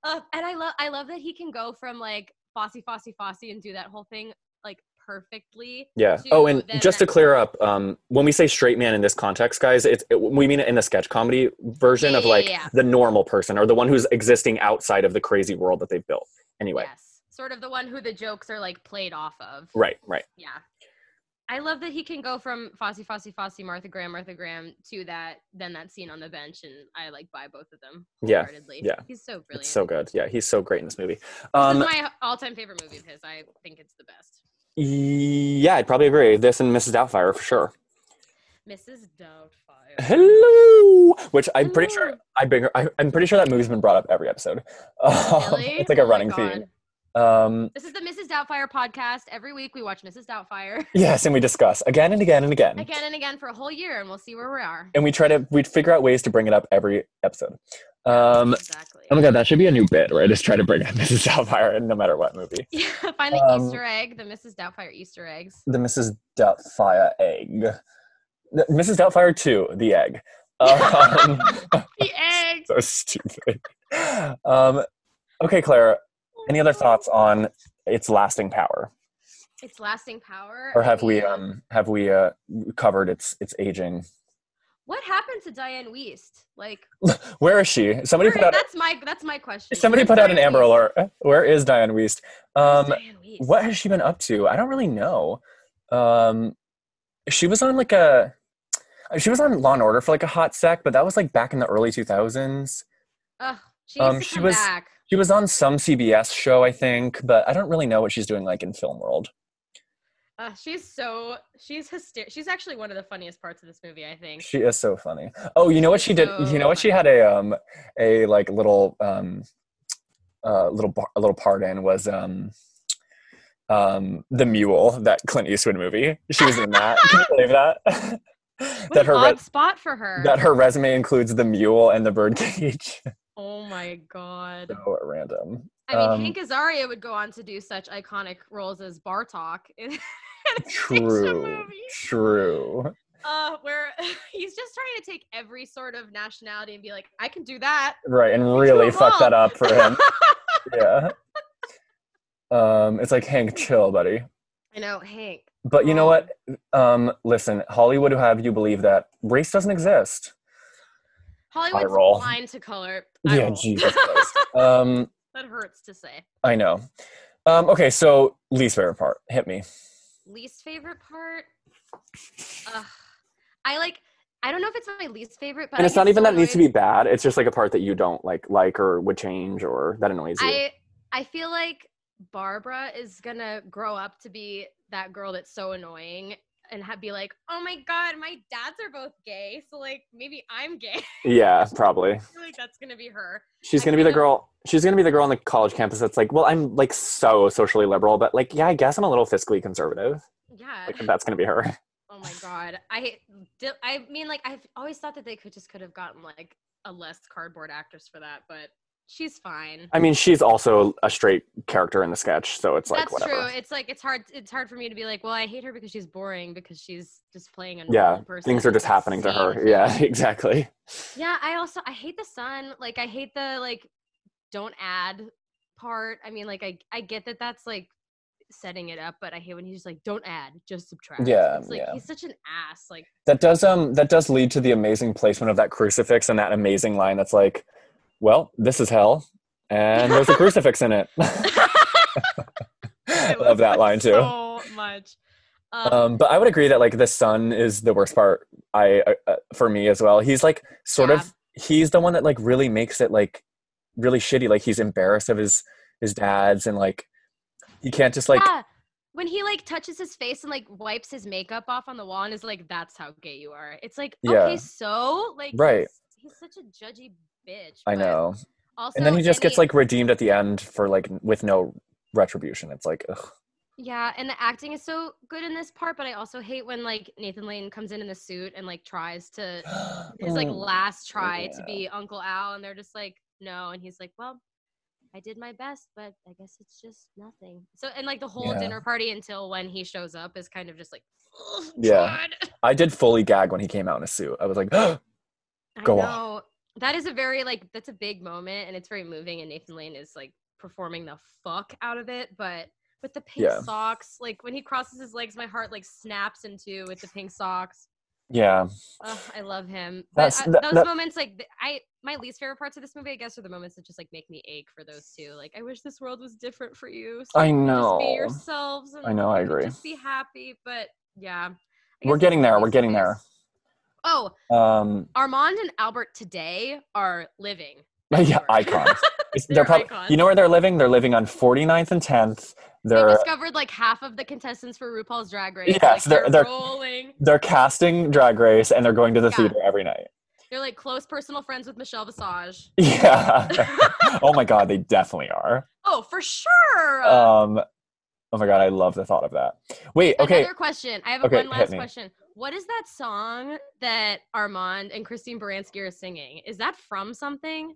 [SPEAKER 2] Uh, and I love I love that he can go from like Fossy Fossy Fossy and do that whole thing like perfectly.
[SPEAKER 1] Yeah.
[SPEAKER 2] to
[SPEAKER 1] Oh, and
[SPEAKER 2] then
[SPEAKER 1] just to
[SPEAKER 2] that-
[SPEAKER 1] clear up, um, when we say straight man in this context, guys, it's it, we mean it in the sketch comedy version
[SPEAKER 2] Yeah,
[SPEAKER 1] of
[SPEAKER 2] yeah,
[SPEAKER 1] like
[SPEAKER 2] yeah.
[SPEAKER 1] the normal person or the one who's existing outside of the crazy world that they've built. Anyway,
[SPEAKER 2] Yes. Sort of the one who the jokes are like played off of.
[SPEAKER 1] right, right.
[SPEAKER 2] Yeah. I love that he can go from Fossy Fossy Fossy Martha Graham Martha Graham to that then that scene on the bench and I like buy both of them.
[SPEAKER 1] Yeah,
[SPEAKER 2] wholeheartedly.
[SPEAKER 1] yeah.
[SPEAKER 2] He's so brilliant.
[SPEAKER 1] It's so good. Yeah, he's so great in this movie.
[SPEAKER 2] this
[SPEAKER 1] Um,
[SPEAKER 2] is my all-time favorite movie of his. I think it's the best.
[SPEAKER 1] yeah, I'd probably agree. This and Mrs. Doubtfire for sure.
[SPEAKER 2] Mrs. Doubtfire.
[SPEAKER 1] Hello, which I'm pretty sure
[SPEAKER 2] Hello.
[SPEAKER 1] I bring. I, I'm pretty sure that movie's been brought up every episode. Um,
[SPEAKER 2] Really?
[SPEAKER 1] It's like a
[SPEAKER 2] Oh my
[SPEAKER 1] running
[SPEAKER 2] God.
[SPEAKER 1] theme. Um,
[SPEAKER 2] This is the Mrs. Doubtfire podcast. Every week we watch Mrs. Doubtfire
[SPEAKER 1] yes, and we discuss again and again and again,
[SPEAKER 2] again and again for a whole year, and we'll see where we are.
[SPEAKER 1] and we try to we figure out ways to bring it up every episode. Um,
[SPEAKER 2] exactly.
[SPEAKER 1] oh my god, that should be a new bit where I just try to bring up Mrs. Doubtfire in no matter what movie.
[SPEAKER 2] Yeah, find the
[SPEAKER 1] Um,
[SPEAKER 2] Easter egg, the Mrs. Doubtfire Easter eggs.
[SPEAKER 1] The Mrs. Doubtfire egg. The- Mrs. Doubtfire two, the egg. Um,
[SPEAKER 2] The egg.
[SPEAKER 1] so stupid. Um, okay, Claire. Any other thoughts on its lasting power,
[SPEAKER 2] Its lasting power.
[SPEAKER 1] or
[SPEAKER 2] I
[SPEAKER 1] have we
[SPEAKER 2] mean,
[SPEAKER 1] um have we uh covered its its aging?
[SPEAKER 2] What happened to Diane Weist? Like,
[SPEAKER 1] Where is she? Somebody
[SPEAKER 2] where-
[SPEAKER 1] put out
[SPEAKER 2] that's my that's my question.
[SPEAKER 1] somebody
[SPEAKER 2] Where's
[SPEAKER 1] put out an
[SPEAKER 2] Diane
[SPEAKER 1] Amber
[SPEAKER 2] Wiest?
[SPEAKER 1] Alert. Where is Diane Weist?
[SPEAKER 2] Where's
[SPEAKER 1] Um,
[SPEAKER 2] Diane Wiest?
[SPEAKER 1] what has she been up to? I don't really know. Um, she was on like a she was on Law and Order for like a hot sec, but that was like back in the early two thousands.
[SPEAKER 2] Ugh, she
[SPEAKER 1] um,
[SPEAKER 2] needs to
[SPEAKER 1] she
[SPEAKER 2] come
[SPEAKER 1] was-
[SPEAKER 2] back.
[SPEAKER 1] She was on some CBS show, I think, but I don't really know what she's doing like in film world.
[SPEAKER 2] Ugh, Ah, she's so she's hyster- She's actually one of the funniest parts of this movie, I think.
[SPEAKER 1] She is so funny. Oh, you know what she did? You know what she had a um a like little um uh little bar, a little part in was um um the mule that Clint Eastwood movie. She was in that. Can you believe that?
[SPEAKER 2] What
[SPEAKER 1] that
[SPEAKER 2] an
[SPEAKER 1] her
[SPEAKER 2] odd
[SPEAKER 1] res-
[SPEAKER 2] spot for her.
[SPEAKER 1] that her resume includes the mule and the birdcage.
[SPEAKER 2] oh my god.
[SPEAKER 1] so random.
[SPEAKER 2] I mean,
[SPEAKER 1] Um,
[SPEAKER 2] Hank Azaria would go on to do such iconic roles as Bartok in in a station
[SPEAKER 1] True.
[SPEAKER 2] movie,
[SPEAKER 1] True.
[SPEAKER 2] uh, where he's just trying to take every sort of nationality and be like, I can do that.
[SPEAKER 1] Right, and really
[SPEAKER 2] them
[SPEAKER 1] fuck
[SPEAKER 2] all.
[SPEAKER 1] that up for him. yeah. Um, it's like Hank, chill, buddy.
[SPEAKER 2] I know, Hank.
[SPEAKER 1] But you know
[SPEAKER 2] Um,
[SPEAKER 1] what? Um, listen, Hollywood will have you believe that race doesn't exist.
[SPEAKER 2] Hollywood's
[SPEAKER 1] roll.
[SPEAKER 2] blind to color. I
[SPEAKER 1] Yeah,
[SPEAKER 2] roll.
[SPEAKER 1] Jesus Christ. Um,
[SPEAKER 2] that hurts to say.
[SPEAKER 1] I know. Um, okay, so least favorite part. Hit me.
[SPEAKER 2] Least favorite part. Ugh. I like. I don't know if it's my least favorite, but
[SPEAKER 1] And
[SPEAKER 2] I
[SPEAKER 1] it's
[SPEAKER 2] get
[SPEAKER 1] not even
[SPEAKER 2] so
[SPEAKER 1] that needs to
[SPEAKER 2] annoyed-
[SPEAKER 1] be bad. It's just like a part that you don't like, like or would change or that annoys you.
[SPEAKER 2] I I feel like Barbara is gonna grow up to be that girl that's so annoying and ha- be like, oh my god, my dads are both gay, so like maybe I'm gay.
[SPEAKER 1] Yeah, probably.
[SPEAKER 2] I feel like that's gonna be her.
[SPEAKER 1] She's
[SPEAKER 2] I
[SPEAKER 1] gonna be the
[SPEAKER 2] kind of-
[SPEAKER 1] girl. She's gonna be the girl on the college campus that's like, well, I'm like so socially liberal, but like, yeah, I guess I'm a little fiscally conservative.
[SPEAKER 2] Yeah.
[SPEAKER 1] Like, that's gonna be her.
[SPEAKER 2] Oh my god. I di- I mean like I've always thought that they could just could have gotten like a less cardboard actress for that, but she's fine.
[SPEAKER 1] I mean, she's also a straight character in the sketch, so it's like
[SPEAKER 2] That's
[SPEAKER 1] whatever.
[SPEAKER 2] true. It's like it's hard it's hard for me to be like, well, I hate her because she's boring because she's just playing a
[SPEAKER 1] Yeah,
[SPEAKER 2] normal person.
[SPEAKER 1] Things are
[SPEAKER 2] in
[SPEAKER 1] just
[SPEAKER 2] the
[SPEAKER 1] happening to her.
[SPEAKER 2] scene.
[SPEAKER 1] Yeah, exactly.
[SPEAKER 2] Yeah, I also I hate the sun. Like I hate the like don't add part. I mean, like I I get that that's like setting it up, but I hate when he's just like don't add, just subtract.
[SPEAKER 1] Yeah,
[SPEAKER 2] It's like
[SPEAKER 1] yeah.
[SPEAKER 2] he's such an ass. Like
[SPEAKER 1] That does um that does lead to the amazing placement of that crucifix and that amazing line that's like, well, this is hell, and there's a crucifix in it.
[SPEAKER 2] I
[SPEAKER 1] Love that line too.
[SPEAKER 2] So much. Um,
[SPEAKER 1] Um, but I would agree that like the son is the worst part. I uh, uh, for me as well. He's like sort of he's the one that like really makes it like really shitty. Like he's embarrassed of his his dad's and like he can't just like
[SPEAKER 2] yeah. when he like touches his face and like wipes his makeup off on the wall and is like, "That's how gay you are." It's like,
[SPEAKER 1] Yeah.
[SPEAKER 2] okay, so like,
[SPEAKER 1] Right.
[SPEAKER 2] He's, he's such a judgy bitch.
[SPEAKER 1] I
[SPEAKER 2] but
[SPEAKER 1] know.
[SPEAKER 2] Also,
[SPEAKER 1] And then he just
[SPEAKER 2] any-
[SPEAKER 1] gets like redeemed at the end for like n- with no retribution. It's like ugh.
[SPEAKER 2] Yeah, and the acting is so good in this part, but I also hate when like Nathan Lane comes in in the suit and like tries to his like
[SPEAKER 1] Mm.
[SPEAKER 2] last try to be Uncle Al, and they're just like no, and he's like, well, I did my best, but I guess it's just nothing. So and like the whole
[SPEAKER 1] Yeah.
[SPEAKER 2] dinner party until when he shows up is kind of just like, "Ugh,
[SPEAKER 1] Yeah.
[SPEAKER 2] God."
[SPEAKER 1] I did fully gag when he came out in a suit. I was like,
[SPEAKER 2] I
[SPEAKER 1] Go on.
[SPEAKER 2] know. That is a very like that's a big moment, and it's very moving, and Nathan Lane is like performing the fuck out of it, but. With the pink
[SPEAKER 1] Yeah.
[SPEAKER 2] socks, like when he crosses his legs, my heart like snaps in two with the pink socks.
[SPEAKER 1] yeah,
[SPEAKER 2] Ugh, I love him.
[SPEAKER 1] That's-
[SPEAKER 2] But, uh,
[SPEAKER 1] that-
[SPEAKER 2] those
[SPEAKER 1] that-
[SPEAKER 2] moments, like th- I, my least favorite parts of this movie, I guess, are the moments that just like make me ache for those two. Like, I wish this world was different for you. So
[SPEAKER 1] I
[SPEAKER 2] you could
[SPEAKER 1] know.
[SPEAKER 2] Just be yourselves. And
[SPEAKER 1] I know. I
[SPEAKER 2] you could
[SPEAKER 1] agree.
[SPEAKER 2] Just be happy. But yeah, I
[SPEAKER 1] We're
[SPEAKER 2] guess
[SPEAKER 1] getting
[SPEAKER 2] that's my
[SPEAKER 1] there. We're
[SPEAKER 2] least
[SPEAKER 1] getting
[SPEAKER 2] favorite. Oh,
[SPEAKER 1] there. Um,
[SPEAKER 2] Armand and Albert today are living.
[SPEAKER 1] yeah,
[SPEAKER 2] Sure.
[SPEAKER 1] icons. It's- they're
[SPEAKER 2] They're
[SPEAKER 1] probably,
[SPEAKER 2] icons.
[SPEAKER 1] you know where they're living? They're living on 49th and 10th.
[SPEAKER 2] They
[SPEAKER 1] They're
[SPEAKER 2] discovered like half of the contestants for RuPaul's Drag Race.
[SPEAKER 1] Yeah,
[SPEAKER 2] like,
[SPEAKER 1] so they're-
[SPEAKER 2] they're,
[SPEAKER 1] they're-
[SPEAKER 2] rolling.
[SPEAKER 1] they're casting Drag Race and they're going to the
[SPEAKER 2] Yeah.
[SPEAKER 1] theater every night.
[SPEAKER 2] They're like close personal friends with Michelle Visage.
[SPEAKER 1] Yeah. oh my god, they definitely are.
[SPEAKER 2] oh, for sure.
[SPEAKER 1] Um, oh my god, I love the thought of that. Wait, okay,
[SPEAKER 2] Another question. I have a
[SPEAKER 1] Okay,
[SPEAKER 2] one
[SPEAKER 1] hit
[SPEAKER 2] last
[SPEAKER 1] me.
[SPEAKER 2] question. What is that song that Armand and Christine Baranski are singing? Is that from something?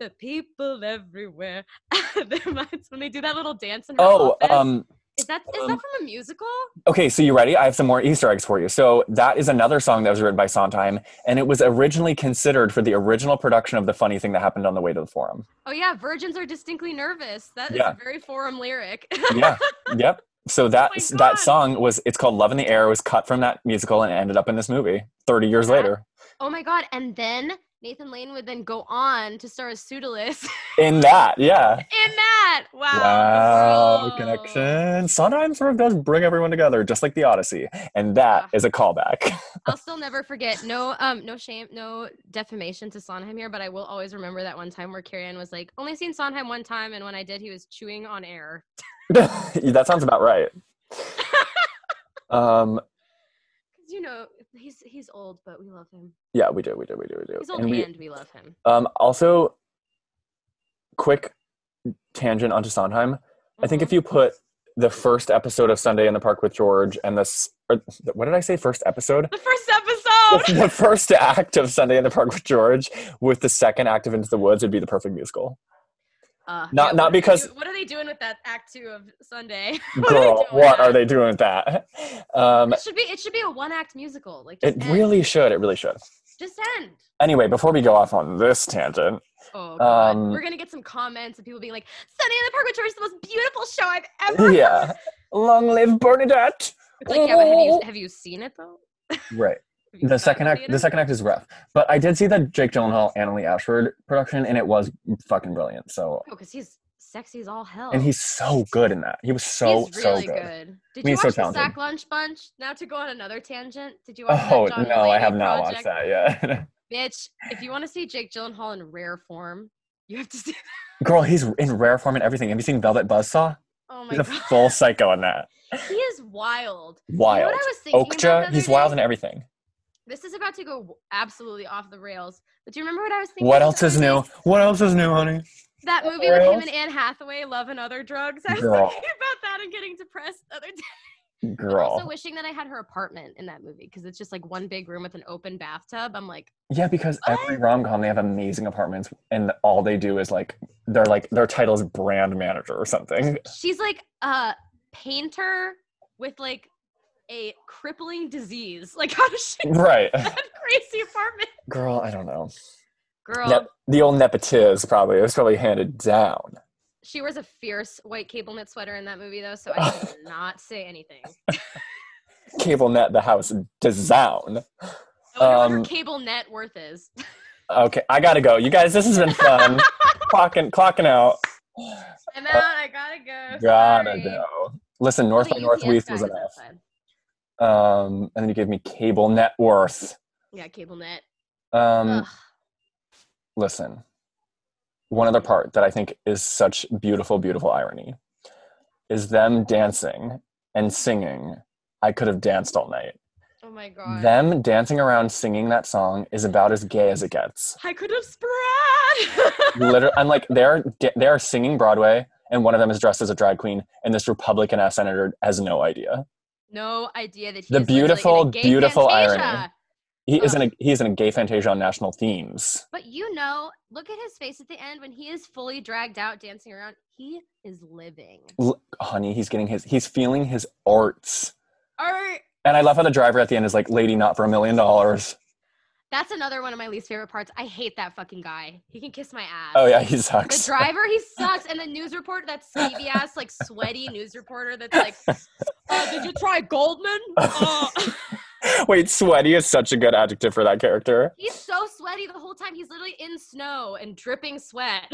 [SPEAKER 2] The people everywhere. Their minds- when they do that little dance in her
[SPEAKER 1] Oh,
[SPEAKER 2] office.
[SPEAKER 1] um,
[SPEAKER 2] is that is
[SPEAKER 1] um,
[SPEAKER 2] that from a musical?
[SPEAKER 1] okay, so you ready? I have some more Easter eggs for you. So that is another song that was written by Sondheim, and it was originally considered for the original production of the funny thing that happened on the way to the forum.
[SPEAKER 2] Oh yeah, virgins are distinctly nervous. That is
[SPEAKER 1] Yeah.
[SPEAKER 2] a very forum lyric.
[SPEAKER 1] Yeah. yep. So that
[SPEAKER 2] Oh my God.
[SPEAKER 1] that song was it's called Love in the Air. It was cut from that musical and ended up in this movie 30 years
[SPEAKER 2] That-
[SPEAKER 1] later.
[SPEAKER 2] oh my god. And then Nathan Lane would then go on to star as Pseudolus
[SPEAKER 1] In that, yeah.
[SPEAKER 2] in that. Wow.
[SPEAKER 1] Wow,
[SPEAKER 2] bro.
[SPEAKER 1] connection. Sondheim sort of does bring everyone together, just like the Odyssey. And that
[SPEAKER 2] Yeah.
[SPEAKER 1] is a callback.
[SPEAKER 2] I'll still never forget. No, um, no shame, no defamation to Sondheim here, but I will always remember that one time where Carrie Ann was like, "Only seen Sondheim one time," and when I did, he was chewing on air.
[SPEAKER 1] that sounds about right. Um,
[SPEAKER 2] 'Cause, you know, he's he's old, but we love him.
[SPEAKER 1] yeah, we do, we do, we do, we do.
[SPEAKER 2] He's old,
[SPEAKER 1] And
[SPEAKER 2] and
[SPEAKER 1] we,
[SPEAKER 2] we, love him.
[SPEAKER 1] um, also, quick tangent onto Sondheim. I think if you put the first episode of Sunday in the Park with George and this, or, what did I say? First episode?
[SPEAKER 2] the first episode.
[SPEAKER 1] the first act of Sunday in the Park with George with the second act of Into the Woods would be the perfect musical.
[SPEAKER 2] Uh,
[SPEAKER 1] Not-
[SPEAKER 2] what
[SPEAKER 1] not
[SPEAKER 2] are they
[SPEAKER 1] because-
[SPEAKER 2] do- what are they doing with that act two of Sunday?
[SPEAKER 1] Girl,
[SPEAKER 2] doing
[SPEAKER 1] what are
[SPEAKER 2] that?
[SPEAKER 1] they doing with that? Um,
[SPEAKER 2] It should be it should be a one act musical. Like
[SPEAKER 1] it
[SPEAKER 2] just end.
[SPEAKER 1] really should. It really should.
[SPEAKER 2] just end.
[SPEAKER 1] Anyway, before we go off on this tangent,
[SPEAKER 2] Oh, God.
[SPEAKER 1] Um,
[SPEAKER 2] we're gonna get some comments of people being like, "Sunday in the Park with George is the most beautiful show I've ever." heard."
[SPEAKER 1] yeah, long live Bernadette.
[SPEAKER 2] It's like, yeah, but have you have you seen it though?
[SPEAKER 1] Right.
[SPEAKER 2] Have you
[SPEAKER 1] The
[SPEAKER 2] sat
[SPEAKER 1] second
[SPEAKER 2] in
[SPEAKER 1] act. The
[SPEAKER 2] theater?
[SPEAKER 1] second act is rough, but I did see the Jake Gyllenhaal, Annalee Ashford production, and it was fucking brilliant. So,
[SPEAKER 2] Oh, because he's sexy as all hell.
[SPEAKER 1] and he's so good in that. He was so
[SPEAKER 2] Oh. He's
[SPEAKER 1] so
[SPEAKER 2] really
[SPEAKER 1] good.
[SPEAKER 2] Did
[SPEAKER 1] mean,
[SPEAKER 2] you
[SPEAKER 1] he's so
[SPEAKER 2] watch the
[SPEAKER 1] talented.
[SPEAKER 2] Sack Lunch Bunch? Now to go on another tangent, did you watch?
[SPEAKER 1] Oh
[SPEAKER 2] that John
[SPEAKER 1] no, I
[SPEAKER 2] Mulaney
[SPEAKER 1] have not
[SPEAKER 2] project?
[SPEAKER 1] watched that yet.
[SPEAKER 2] Bitch, if you want to see Jake Gyllenhaal in rare form, You have to see.
[SPEAKER 1] Girl, he's in rare form and everything. Have you seen Velvet Buzzsaw?
[SPEAKER 2] Oh my
[SPEAKER 1] He's a
[SPEAKER 2] god,
[SPEAKER 1] full psycho on that.
[SPEAKER 2] he is wild. You know
[SPEAKER 1] Wild.
[SPEAKER 2] what I was thinking about the
[SPEAKER 1] Okja,
[SPEAKER 2] other
[SPEAKER 1] he's wild
[SPEAKER 2] day?
[SPEAKER 1] in everything.
[SPEAKER 2] This is about to go w- absolutely off the rails. But do you remember what I was thinking?
[SPEAKER 1] What
[SPEAKER 2] the
[SPEAKER 1] else is
[SPEAKER 2] other day?
[SPEAKER 1] new? What else is new, honey?
[SPEAKER 2] That
[SPEAKER 1] What
[SPEAKER 2] movie with him
[SPEAKER 1] else?
[SPEAKER 2] and Anne Hathaway, Love and Other Drugs. I was
[SPEAKER 1] Girl.
[SPEAKER 2] thinking about that and getting depressed the other day. I'm also
[SPEAKER 1] Girl.
[SPEAKER 2] wishing that I had her apartment in that movie because it's just like one big room with an open bathtub. I'm like,
[SPEAKER 1] Yeah, because every
[SPEAKER 2] What?
[SPEAKER 1] rom com they have amazing apartments, and all they do is like they're like their title is brand manager or something.
[SPEAKER 2] she's like a painter with like a crippling disease. Like, how does she
[SPEAKER 1] right,
[SPEAKER 2] have that crazy apartment?
[SPEAKER 1] girl. I don't know.
[SPEAKER 2] Girl,
[SPEAKER 1] Nep- the old nepotiz probably it was probably handed down.
[SPEAKER 2] she wears a fierce white cable knit sweater in that movie, though, so I should not say anything.
[SPEAKER 1] Cable net the house down.
[SPEAKER 2] I wonder what her
[SPEAKER 1] Um, uh,
[SPEAKER 2] cable net worth is.
[SPEAKER 1] Okay, I gotta go. You guys, this has been fun. clocking, clocking out.
[SPEAKER 2] I'm out. I gotta go.
[SPEAKER 1] Gotta
[SPEAKER 2] sorry.
[SPEAKER 1] go. Listen,
[SPEAKER 2] Oh,
[SPEAKER 1] North
[SPEAKER 2] the
[SPEAKER 1] by
[SPEAKER 2] UPS
[SPEAKER 1] Northwest
[SPEAKER 2] guy
[SPEAKER 1] was
[SPEAKER 2] is
[SPEAKER 1] enough.
[SPEAKER 2] outside.
[SPEAKER 1] Um, and then you gave me cable net worth.
[SPEAKER 2] Yeah, cable net.
[SPEAKER 1] Um,
[SPEAKER 2] Ugh.
[SPEAKER 1] listen, one other part that I think is such beautiful, beautiful irony is them dancing and singing. I could have danced all night.
[SPEAKER 2] Oh my god.
[SPEAKER 1] Them dancing around singing that song is about as gay as it gets.
[SPEAKER 2] I could have spread.
[SPEAKER 1] Literally, I'm like they're da- they're singing Broadway, and one of them is dressed as a drag queen, and this Republican ass senator has no idea.
[SPEAKER 2] no idea that he
[SPEAKER 1] The
[SPEAKER 2] is literally in a
[SPEAKER 1] beautiful,
[SPEAKER 2] gay
[SPEAKER 1] beautiful
[SPEAKER 2] Fantasia.
[SPEAKER 1] irony. He isn't a, he isn't a gay fantasia on national themes.
[SPEAKER 2] But you know, look at his face at the end when he is fully dragged out dancing around. He is living.
[SPEAKER 1] L- honey, he's getting his he's feeling his arts.
[SPEAKER 2] Or
[SPEAKER 1] And I love how the driver at the end is like, "Lady, not for a million dollars."
[SPEAKER 2] that's another one of my least favorite parts. I hate that fucking guy. He can kiss my ass.
[SPEAKER 1] Oh yeah, he
[SPEAKER 2] The
[SPEAKER 1] sucks.
[SPEAKER 2] driver, he sucks, and the news reporter, that skeevy ass, like sweaty news reporter, that's like, uh, "Did you try Goldman?" Uh,
[SPEAKER 1] Wait, sweaty is such a good adjective for that character.
[SPEAKER 2] he's so sweaty the whole time. He's literally in snow and dripping sweat.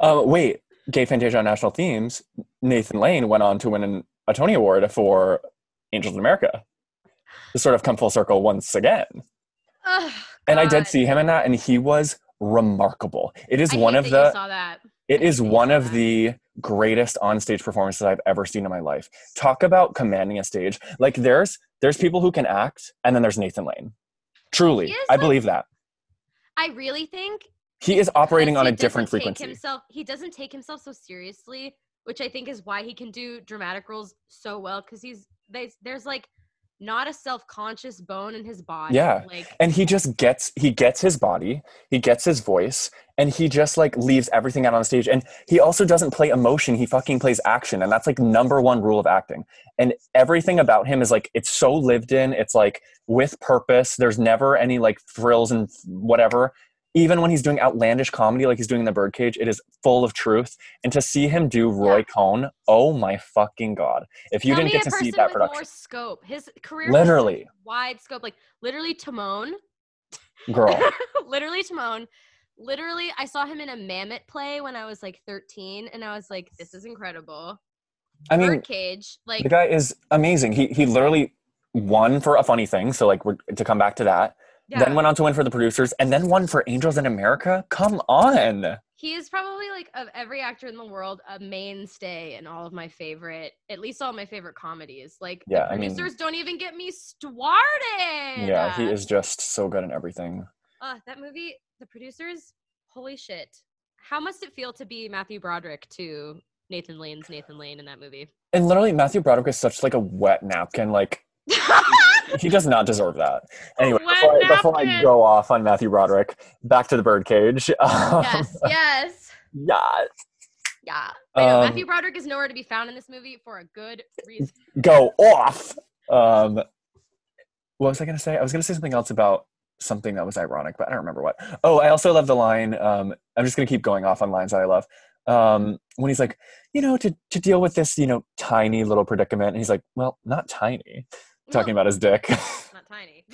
[SPEAKER 1] uh, wait, gay fantasia on national themes. Nathan Lane went on to win an, a Tony Award for Angels in America. To sort of come full circle once again,
[SPEAKER 2] Ugh,
[SPEAKER 1] and I
[SPEAKER 2] God.
[SPEAKER 1] did see him in that, and he was remarkable. It is
[SPEAKER 2] I
[SPEAKER 1] one
[SPEAKER 2] hate
[SPEAKER 1] of
[SPEAKER 2] that you
[SPEAKER 1] the
[SPEAKER 2] saw that.
[SPEAKER 1] It
[SPEAKER 2] I
[SPEAKER 1] is
[SPEAKER 2] think
[SPEAKER 1] one
[SPEAKER 2] that-
[SPEAKER 1] of the greatest onstage performances I've ever seen in my life. Talk about commanding a stage. Like there's there's people who can act, and then there's Nathan Lane. Truly,
[SPEAKER 2] He is,
[SPEAKER 1] I
[SPEAKER 2] like-
[SPEAKER 1] believe that
[SPEAKER 2] I really think
[SPEAKER 1] he is operating
[SPEAKER 2] because
[SPEAKER 1] on
[SPEAKER 2] he
[SPEAKER 1] a different
[SPEAKER 2] doesn't take
[SPEAKER 1] frequency.
[SPEAKER 2] Himself, he doesn't take himself so seriously, which I think is why he can do dramatic roles so well because he's they, there's like not a self conscious bone in his body.
[SPEAKER 1] Yeah.
[SPEAKER 2] like
[SPEAKER 1] and he just gets he gets his body, he gets his voice, and he just like leaves everything out on stage. And he also doesn't play emotion; he fucking plays action, and that's like number one rule of acting. And everything about him is like it's so lived in. It's like with purpose. There's never any like thrills and whatever. Even when he's doing outlandish comedy, like he's doing in The Birdcage, it is full of truth. And to see him do Roy
[SPEAKER 2] Yeah.
[SPEAKER 1] Cohn, oh my fucking god! If you
[SPEAKER 2] tell
[SPEAKER 1] didn't
[SPEAKER 2] me
[SPEAKER 1] get to
[SPEAKER 2] a
[SPEAKER 1] see
[SPEAKER 2] person
[SPEAKER 1] that
[SPEAKER 2] with
[SPEAKER 1] production,
[SPEAKER 2] more scope. His career was
[SPEAKER 1] literally,
[SPEAKER 2] wide scope, like literally Timon,
[SPEAKER 1] girl,
[SPEAKER 2] literally Timon. Literally, I saw him in a Mammoth play when I was like 13, and I was like, "This is incredible."
[SPEAKER 1] I mean.
[SPEAKER 2] Birdcage, like
[SPEAKER 1] the guy is amazing. He he literally won for a funny thing. So like we're, to come back to that.
[SPEAKER 2] yeah.
[SPEAKER 1] Then went on to win for the producers, and then won for Angels in America. Come on,
[SPEAKER 2] He is probably like of every actor in the world a mainstay in all of my favorite, at least all my favorite comedies. Like
[SPEAKER 1] Yeah,
[SPEAKER 2] the
[SPEAKER 1] I mean-
[SPEAKER 2] producers don't even get me started.
[SPEAKER 1] yeah, he is just so good in everything.
[SPEAKER 2] Uh, that movie, the producers, holy shit! How must it feel to be Matthew Broderick to Nathan Lane's Nathan Lane in that movie?
[SPEAKER 1] And literally, Matthew Broderick is such like a wet napkin. Like he does not deserve that. Anyway,
[SPEAKER 2] Wet
[SPEAKER 1] before I, before I
[SPEAKER 2] napkin.
[SPEAKER 1] go off on Matthew Broderick, back to the Birdcage. Um,
[SPEAKER 2] yes, yes,
[SPEAKER 1] yeah,
[SPEAKER 2] yeah. I know,
[SPEAKER 1] Um,
[SPEAKER 2] Matthew Broderick is nowhere to be found in this movie for a good reason.
[SPEAKER 1] go off. Um, what was I going to say? I was going to say something else about something that was ironic, but I don't remember what. Oh, I also love the line. Um, I'm just going to keep going off on lines that I love. Um, when he's like, you know, to, to deal with this, you know, tiny little predicament. And he's like, well, not tiny. Talking about his dick.
[SPEAKER 2] not tiny.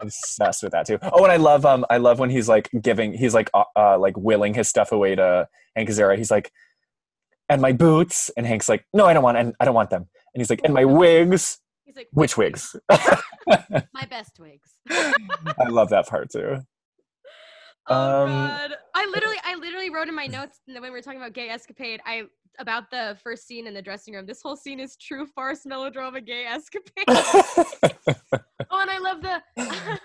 [SPEAKER 1] Obsessed with that too. Oh, and I love, um, I love when he's like giving, he's like, uh, uh like willing his stuff away to Hank Azera. He's like, and my boots. And Hank's like, no, I don't want, and I don't want them. And he's like, and my wigs.
[SPEAKER 2] He's like
[SPEAKER 1] Witch wigs.
[SPEAKER 2] My best wigs.
[SPEAKER 1] I love that part too.
[SPEAKER 2] Oh
[SPEAKER 1] Um,
[SPEAKER 2] god. I literally I literally wrote in my notes and then when we were talking about gay escapade, I about the first scene in the dressing room. This whole scene is true farce melodrama gay escapade. oh, and I love the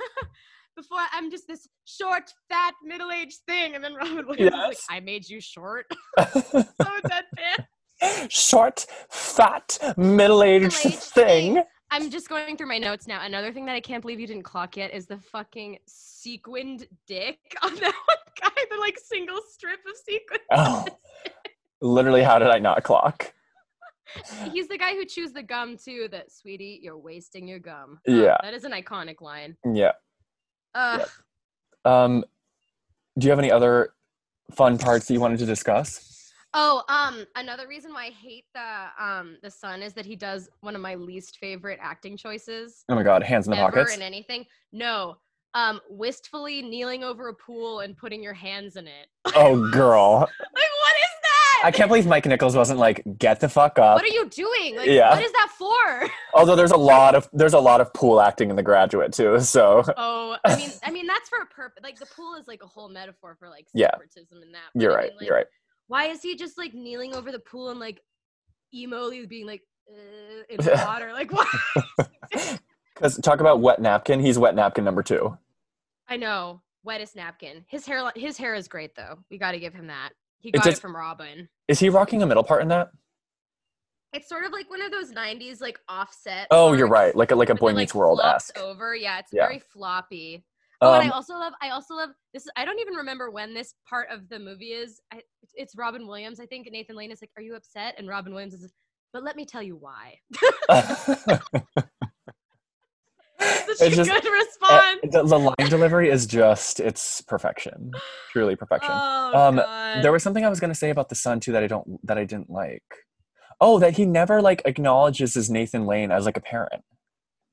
[SPEAKER 2] before I'm just this short, fat, middle-aged thing. And then Robin Williams is like,
[SPEAKER 1] Yes.
[SPEAKER 2] I made you short. so deadpan.
[SPEAKER 1] Short, fat, middle aged
[SPEAKER 2] Middle-aged
[SPEAKER 1] thing.
[SPEAKER 2] I'm just going through my notes now. Another thing that I can't believe you didn't clock yet is the fucking sequined dick on that one guy, the like single strip of sequin.
[SPEAKER 1] Oh, literally, how did I not clock?
[SPEAKER 2] He's the guy who chews the gum too. That sweetie, you're wasting your gum.
[SPEAKER 1] Yeah.
[SPEAKER 2] that is an iconic line.
[SPEAKER 1] Yeah.
[SPEAKER 2] Ugh,
[SPEAKER 1] Um, do you have any other fun parts that you wanted to discuss?
[SPEAKER 2] Oh, um, another reason why I hate the um the son is that he does one of my least favorite acting choices
[SPEAKER 1] Oh my God, hands in the
[SPEAKER 2] ever
[SPEAKER 1] pockets.
[SPEAKER 2] in anything. No, um, wistfully kneeling over a pool and putting your hands in it.
[SPEAKER 1] Oh, girl.
[SPEAKER 2] Like, what is that?
[SPEAKER 1] I can't believe Mike Nichols wasn't like, get the fuck up.
[SPEAKER 2] What are you doing? Like,
[SPEAKER 1] Yeah.
[SPEAKER 2] what is that for?
[SPEAKER 1] Although there's a lot of there's a lot of pool acting in The Graduate too. So
[SPEAKER 2] Oh, I mean, I mean, that's for a purpose. Like, the pool is like a whole metaphor for like
[SPEAKER 1] Yeah.
[SPEAKER 2] separatism and that. but
[SPEAKER 1] you're
[SPEAKER 2] I
[SPEAKER 1] right.
[SPEAKER 2] mean, like,
[SPEAKER 1] You're right.
[SPEAKER 2] why is he just like kneeling over the pool and like emoly being like uh, in the water? Like what?
[SPEAKER 1] Because talk about wet napkin. He's wet napkin number two.
[SPEAKER 2] I know, wettest napkin. His hair, his hair is great though. We got to give him that. He
[SPEAKER 1] It
[SPEAKER 2] got it,
[SPEAKER 1] does-
[SPEAKER 2] from Robin.
[SPEAKER 1] Is he rocking a middle part in that?
[SPEAKER 2] It's sort of like one of those '90s like offset.
[SPEAKER 1] Oh, you're
[SPEAKER 2] parts
[SPEAKER 1] right. Like a like a
[SPEAKER 2] where
[SPEAKER 1] Boy
[SPEAKER 2] they're,
[SPEAKER 1] Meets
[SPEAKER 2] like,
[SPEAKER 1] World
[SPEAKER 2] flopped
[SPEAKER 1] esque.
[SPEAKER 2] Over, yeah, it's
[SPEAKER 1] Yeah.
[SPEAKER 2] very floppy. Oh, and I
[SPEAKER 1] Um,
[SPEAKER 2] also love. I also love this. is- I don't even remember when this part of the movie is. I, it's- it's Robin Williams, I think. And Nathan Lane is like, "Are you upset?" And Robin Williams is, "But let me tell you why." Such a
[SPEAKER 1] Um, It's just-
[SPEAKER 2] good
[SPEAKER 1] Uh,
[SPEAKER 2] response.
[SPEAKER 1] the, the line delivery is just it's perfection, truly perfection.
[SPEAKER 2] Oh
[SPEAKER 1] Um,
[SPEAKER 2] god.
[SPEAKER 1] there was something I was gonna say about the son too that I don't that I didn't like. Oh, that he never like acknowledges his Nathan Lane as like a parent.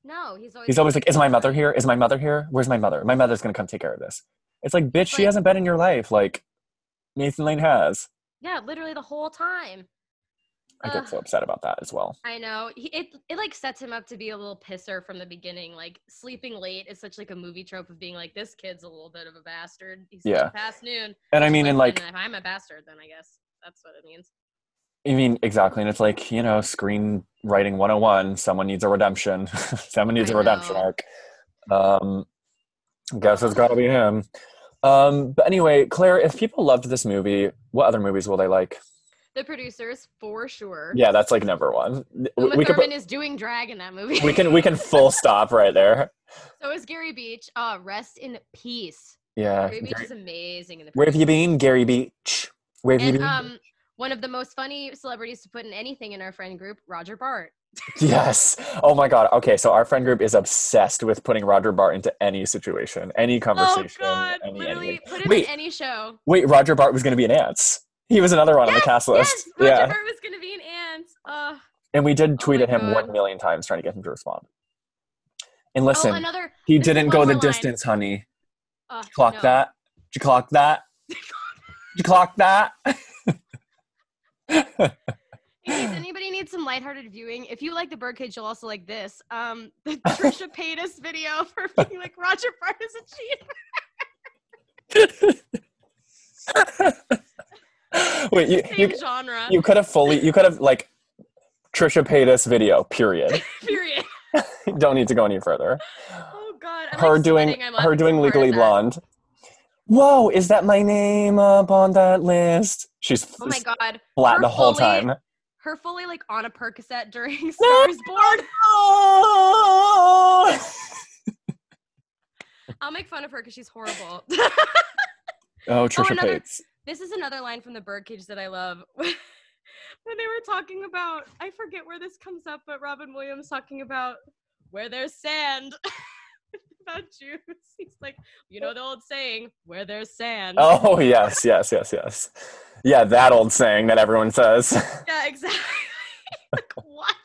[SPEAKER 2] no, he's always.
[SPEAKER 1] He's always like, "Is my mother here? Is my mother here? Where's my mother? My mother's gonna come take care of this." It's like, bitch, she
[SPEAKER 2] Like-
[SPEAKER 1] hasn't been in your life. Like Nathan Lane has.
[SPEAKER 2] Yeah, literally the whole time.
[SPEAKER 1] I
[SPEAKER 2] Ugh.
[SPEAKER 1] get so upset about that as well.
[SPEAKER 2] I know. He, it it like sets him up to be a little pisser from the beginning. Like sleeping late is such like a movie trope of being like this kid's a little bit of a bastard. He's
[SPEAKER 1] Yeah.
[SPEAKER 2] yeah. past noon.
[SPEAKER 1] And I mean, and like,
[SPEAKER 2] if I'm a bastard, then I guess that's what it means.
[SPEAKER 1] I mean, exactly. And it's like, you know, screenwriting 101, someone needs a redemption. someone needs a
[SPEAKER 2] I
[SPEAKER 1] redemption
[SPEAKER 2] know.
[SPEAKER 1] arc. Um, guess it's got to be him. Um, but anyway, Claire, if people loved this movie, what other movies will they like?
[SPEAKER 2] The producers for sure.
[SPEAKER 1] Yeah, that's like number one. We,
[SPEAKER 2] Uma
[SPEAKER 1] we can,
[SPEAKER 2] Thurman is doing drag in that movie.
[SPEAKER 1] we can we can full stop right there.
[SPEAKER 2] so is Gary Beach. Uh, rest in peace.
[SPEAKER 1] Yeah.
[SPEAKER 2] Gary Beach
[SPEAKER 1] Gary-
[SPEAKER 2] is amazing in the.
[SPEAKER 1] Where have you
[SPEAKER 2] producers.
[SPEAKER 1] been, Gary Beach? Where have you
[SPEAKER 2] And
[SPEAKER 1] been?
[SPEAKER 2] um, one of the most funny celebrities to put in anything in our friend group, Roger Bart.
[SPEAKER 1] Yes. Oh my God. Okay, so our friend group is obsessed with putting Roger Bart into any situation, any Oh, conversation, any
[SPEAKER 2] Oh, literally
[SPEAKER 1] anything.
[SPEAKER 2] put him
[SPEAKER 1] Wait.
[SPEAKER 2] in any show.
[SPEAKER 1] Wait, Roger Bart was going to be in Ants. He was another one on the cast list.
[SPEAKER 2] Yes, Roger
[SPEAKER 1] yeah.
[SPEAKER 2] Burt was gonna be an ant. Uh,
[SPEAKER 1] And we did tweet
[SPEAKER 2] my
[SPEAKER 1] at him
[SPEAKER 2] God.
[SPEAKER 1] 1 million times trying to get him to respond. And
[SPEAKER 2] oh,
[SPEAKER 1] listen,
[SPEAKER 2] another.
[SPEAKER 1] he
[SPEAKER 2] this is
[SPEAKER 1] didn't
[SPEAKER 2] one
[SPEAKER 1] go
[SPEAKER 2] more
[SPEAKER 1] the
[SPEAKER 2] line.
[SPEAKER 1] distance, honey.
[SPEAKER 2] Uh,
[SPEAKER 1] Did you clock
[SPEAKER 2] no.
[SPEAKER 1] that? Did you clock that? Did you clock that?
[SPEAKER 2] In case anybody needs some lighthearted viewing, if you like the Birdcage, you'll also like this. Um, the Trisha Paytas video for being like Roger Bart is a cheater.
[SPEAKER 1] Wait, you,
[SPEAKER 2] Same
[SPEAKER 1] you,
[SPEAKER 2] genre.
[SPEAKER 1] you could have fully, you could have like Trisha Paytas video, period.
[SPEAKER 2] period.
[SPEAKER 1] Don't need to go any further.
[SPEAKER 2] Oh God. I'm,
[SPEAKER 1] her
[SPEAKER 2] like,
[SPEAKER 1] doing
[SPEAKER 2] sweating. I'm
[SPEAKER 1] her
[SPEAKER 2] laughing
[SPEAKER 1] doing
[SPEAKER 2] so hard at
[SPEAKER 1] legally
[SPEAKER 2] that.
[SPEAKER 1] blonde whoa is that my name up on that list she's
[SPEAKER 2] Oh my God.
[SPEAKER 1] flat
[SPEAKER 2] her
[SPEAKER 1] the whole
[SPEAKER 2] fully-
[SPEAKER 1] time
[SPEAKER 2] Her fully like on a Percocet during Star is Born.
[SPEAKER 1] Oh,
[SPEAKER 2] I'll make fun of her because she's horrible.
[SPEAKER 1] oh trisha
[SPEAKER 2] another-
[SPEAKER 1] Paytas.
[SPEAKER 2] This is another line from the Birdcage that I love. when they were talking about, I forget where this comes up, but Robin Williams talking about where there's sand. about Jews. He's like, you know the old saying, where there's sand.
[SPEAKER 1] oh yes yes yes yes yeah that old saying that everyone says
[SPEAKER 2] Yeah, exactly. like, what?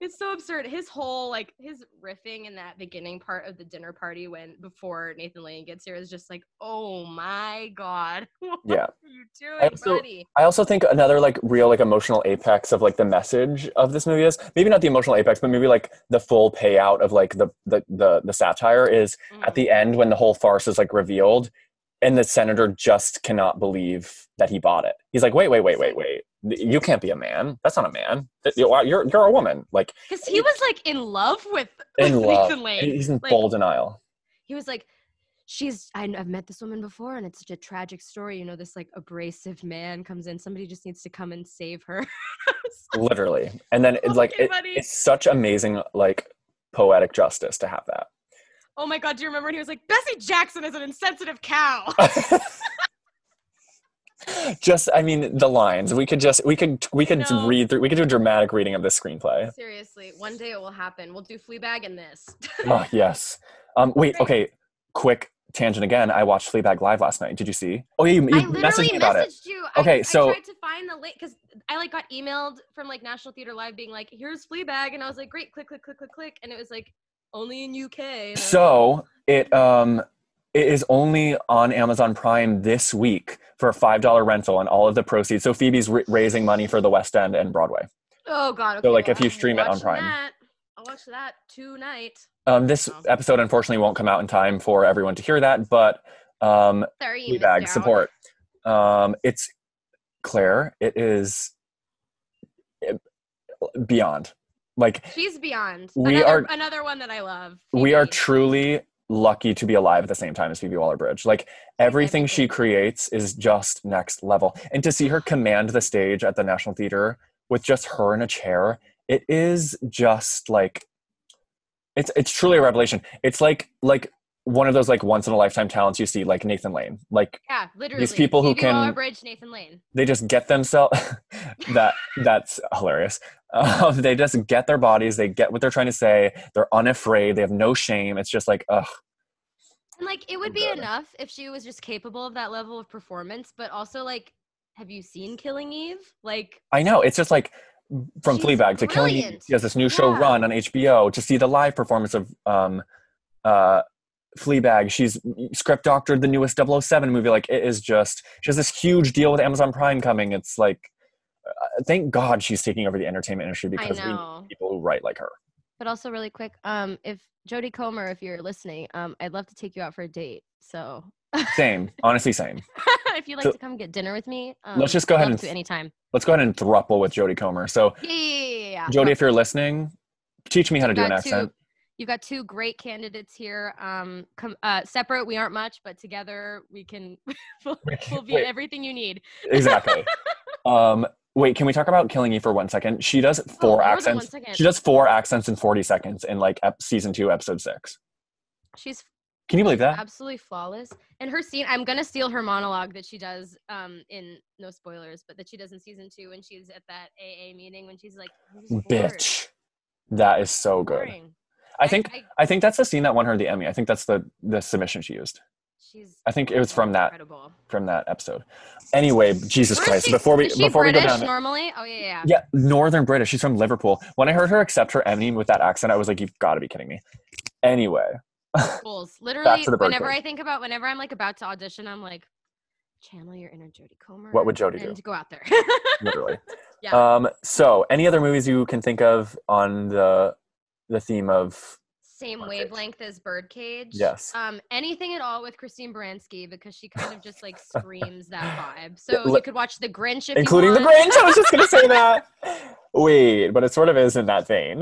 [SPEAKER 2] It's so absurd. His whole like his riffing in that beginning part of the dinner party when before Nathan Lane gets here is just like, oh my god, what
[SPEAKER 1] yeah
[SPEAKER 2] are you doing,
[SPEAKER 1] also-
[SPEAKER 2] buddy?
[SPEAKER 1] i also think another like real like emotional apex of like the message of this movie is maybe not the emotional apex but maybe like the full payout of like the the the, the satire is
[SPEAKER 2] Mhm.
[SPEAKER 1] at the end when the whole farce is like revealed and the senator just cannot believe that he bought it. He's like, wait, wait, wait, wait, wait. You can't be a man. That's not a man. That- You're you're, you're a woman. Like
[SPEAKER 2] Because Mm-hmm. he was like in love with, with
[SPEAKER 1] in love.
[SPEAKER 2] Nathan Lane.
[SPEAKER 1] He's in
[SPEAKER 2] Like,
[SPEAKER 1] full denial.
[SPEAKER 2] he was like she's I, i've met this woman before and it's such a tragic story you know this like abrasive man comes in somebody just needs to come and save her
[SPEAKER 1] Literally. And then
[SPEAKER 2] Oh,
[SPEAKER 1] it's like
[SPEAKER 2] okay,
[SPEAKER 1] it-
[SPEAKER 2] buddy.
[SPEAKER 1] it's such amazing like poetic justice to have that.
[SPEAKER 2] oh my god do you remember when he was like bessie jackson is an insensitive cow
[SPEAKER 1] just i mean the lines we could just we could we could
[SPEAKER 2] No.
[SPEAKER 1] read through we could do a dramatic reading of this screenplay
[SPEAKER 2] seriously one day it will happen we'll do fleabag in this
[SPEAKER 1] oh yes um wait
[SPEAKER 2] Great.
[SPEAKER 1] okay quick tangent again i watched fleabag live last night did you see oh yeah you, you
[SPEAKER 2] i literally
[SPEAKER 1] messaged me about it
[SPEAKER 2] messaged you I,
[SPEAKER 1] Okay, so-
[SPEAKER 2] i tried to find the link because i like got emailed from like national theater live being like here's fleabag and i was like great click click click click click and it was like only in uk and I was like,
[SPEAKER 1] so it um it is only on amazon prime this week for a five dollar rental and all of the proceeds so phoebe's ra- raising money for the west end and broadway
[SPEAKER 2] Oh God! Okay,
[SPEAKER 1] So, like,
[SPEAKER 2] well,
[SPEAKER 1] if you
[SPEAKER 2] I'm
[SPEAKER 1] stream it on
[SPEAKER 2] watching
[SPEAKER 1] Prime.
[SPEAKER 2] that. I'll watch that tonight.
[SPEAKER 1] um this
[SPEAKER 2] Wow.
[SPEAKER 1] episode unfortunately won't come out in time for everyone to hear that but um
[SPEAKER 2] Sorry, you missed
[SPEAKER 1] Fleabag
[SPEAKER 2] out.
[SPEAKER 1] support. Um, it's Claire. It is it- beyond. Like
[SPEAKER 2] She's beyond.
[SPEAKER 1] We
[SPEAKER 2] another,
[SPEAKER 1] are-
[SPEAKER 2] another one that I love.
[SPEAKER 1] we are
[SPEAKER 2] Phoebe.
[SPEAKER 1] truly lucky to be alive at the same time as Phoebe Waller-Bridge. Like everything she
[SPEAKER 2] Everything.
[SPEAKER 1] creates is just next level, and to see her command the stage at the National Theater with just her in a chair, it is just like it's it's truly a revelation. It's like like one of those like once in a lifetime talents you see like Nathan Lane. Like
[SPEAKER 2] yeah, literally.
[SPEAKER 1] these people who
[SPEAKER 2] Phoebe
[SPEAKER 1] can-
[SPEAKER 2] Waller-Bridge, Nathan Lane.
[SPEAKER 1] they just get themselves that that's hilarious um, they just get their bodies they get what they're trying to say they're unafraid they have no shame it's just like ugh
[SPEAKER 2] And like, it would be
[SPEAKER 1] Got it.
[SPEAKER 2] enough if she was just capable of that level of performance, but also like, have you seen Killing Eve? Like,
[SPEAKER 1] i know it's just like from
[SPEAKER 2] She's
[SPEAKER 1] fleabag to killing Eve,
[SPEAKER 2] brilliant.
[SPEAKER 1] she has this new show
[SPEAKER 2] Yeah.
[SPEAKER 1] run on hbo to see the live performance of um uh fleabag she's script doctored the newest 007 movie like it is just she has this huge deal with amazon prime coming it's like uh, thank god she's taking over the entertainment industry
[SPEAKER 2] I
[SPEAKER 1] because we need
[SPEAKER 2] know.
[SPEAKER 1] people who write like her
[SPEAKER 2] But also, really quick, um, if Jodie Comer, if you're listening, um, I'd love to take you out for a date. So,
[SPEAKER 1] same honestly same
[SPEAKER 2] if you'd like
[SPEAKER 1] So-
[SPEAKER 2] to come get dinner with me, um,
[SPEAKER 1] Let's just go ahead
[SPEAKER 2] love
[SPEAKER 1] and
[SPEAKER 2] to
[SPEAKER 1] s-
[SPEAKER 2] anytime.
[SPEAKER 1] let's go ahead and thruple with Jodie Comer. So,
[SPEAKER 2] Yeah, yeah, yeah, yeah, yeah.
[SPEAKER 1] Jodie, if you're listening, teach me how to do
[SPEAKER 2] You've
[SPEAKER 1] an
[SPEAKER 2] got two-
[SPEAKER 1] accent.
[SPEAKER 2] You've got two great candidates here. Um, com- uh, separate, we aren't much, but together we can we'll, we'll be
[SPEAKER 1] Wait.
[SPEAKER 2] everything you need.
[SPEAKER 1] Exactly. um, wait, can we talk about Killing Eve for one second? She does
[SPEAKER 2] Oh,
[SPEAKER 1] four
[SPEAKER 2] more than one
[SPEAKER 1] accents.
[SPEAKER 2] second.
[SPEAKER 1] She does four accents in 40 seconds in like ep- season two, episode six.
[SPEAKER 2] She's
[SPEAKER 1] Can you believe that?
[SPEAKER 2] absolutely flawless. And her scene, I'm gonna steal her monologue that she does um, in no spoilers, but that she does in season two when she's at that AA meeting when she's like, "I'm just bored.
[SPEAKER 1] Bitch. That is so good.
[SPEAKER 2] Boring."
[SPEAKER 1] I think
[SPEAKER 2] I,
[SPEAKER 1] I think that's the scene that won her the Emmy. I think that's the the submission she used
[SPEAKER 2] she's.
[SPEAKER 1] I think it was from that-
[SPEAKER 2] Incredible.
[SPEAKER 1] from that episode. Anyway, Jesus
[SPEAKER 2] Where is
[SPEAKER 1] Christ!
[SPEAKER 2] she-
[SPEAKER 1] before we
[SPEAKER 2] Is she
[SPEAKER 1] before
[SPEAKER 2] British
[SPEAKER 1] we go down,
[SPEAKER 2] normally? Oh yeah, yeah, yeah.
[SPEAKER 1] Yeah, Northern British. She's from Liverpool. When I heard her accept her Emmy with that accent, I was like, "You've got to be kidding me." Anyway,
[SPEAKER 2] goals. Literally,
[SPEAKER 1] to the bird
[SPEAKER 2] whenever
[SPEAKER 1] goals.
[SPEAKER 2] I think about, whenever I'm like about to audition, I'm like, channel your inner Jodie Comer.
[SPEAKER 1] What would Jodie do?
[SPEAKER 2] and Go out there.
[SPEAKER 1] literally.
[SPEAKER 2] Yeah.
[SPEAKER 1] Um. So, any other movies you can think of on the the theme of?
[SPEAKER 2] Same
[SPEAKER 1] Birdcage.
[SPEAKER 2] wavelength as Birdcage.
[SPEAKER 1] Yes.
[SPEAKER 2] Um, anything at all with Christine Baranski because she kind of just like screams that vibe. So
[SPEAKER 1] li-
[SPEAKER 2] you could watch The Grinch if
[SPEAKER 1] including
[SPEAKER 2] you
[SPEAKER 1] The
[SPEAKER 2] want.
[SPEAKER 1] Grinch. I was just gonna say that. Wait, but it sort of is in that vein.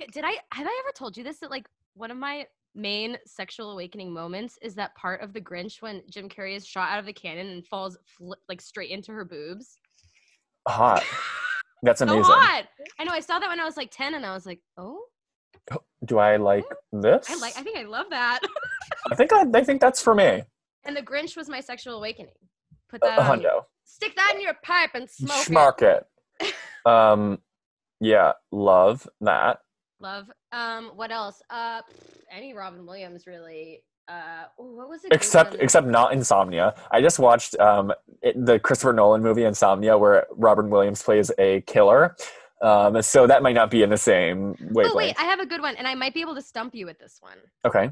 [SPEAKER 2] Grinch. Did I have I ever told you this that like one of my main sexual awakening moments is that part of The Grinch when Jim Carrey is shot out of the cannon and falls fl- like straight into her boobs.
[SPEAKER 1] Hot. That's amazing.
[SPEAKER 2] So hot. I know. I saw that when I was like ten, and I was like, oh.
[SPEAKER 1] Do I like this?
[SPEAKER 2] Mm. I like. I think I love that.
[SPEAKER 1] I think I, I think that's for me.
[SPEAKER 2] and the Grinch was my sexual awakening. Put
[SPEAKER 1] A
[SPEAKER 2] that on.
[SPEAKER 1] hundo.
[SPEAKER 2] Stick that in your pipe and smoke it.
[SPEAKER 1] Schmark it. um. Yeah, love that.
[SPEAKER 2] Love. Um. What else? Uh. pff, Any Robin Williams really? Uh. ooh, What was it?
[SPEAKER 1] except except not insomnia i just watched um it, the christopher nolan movie insomnia where robin williams plays a killer um so that might not be in the same
[SPEAKER 2] Oh
[SPEAKER 1] wavelength
[SPEAKER 2] wait, I have a good one, and I might be able to stump you with this one.
[SPEAKER 1] okay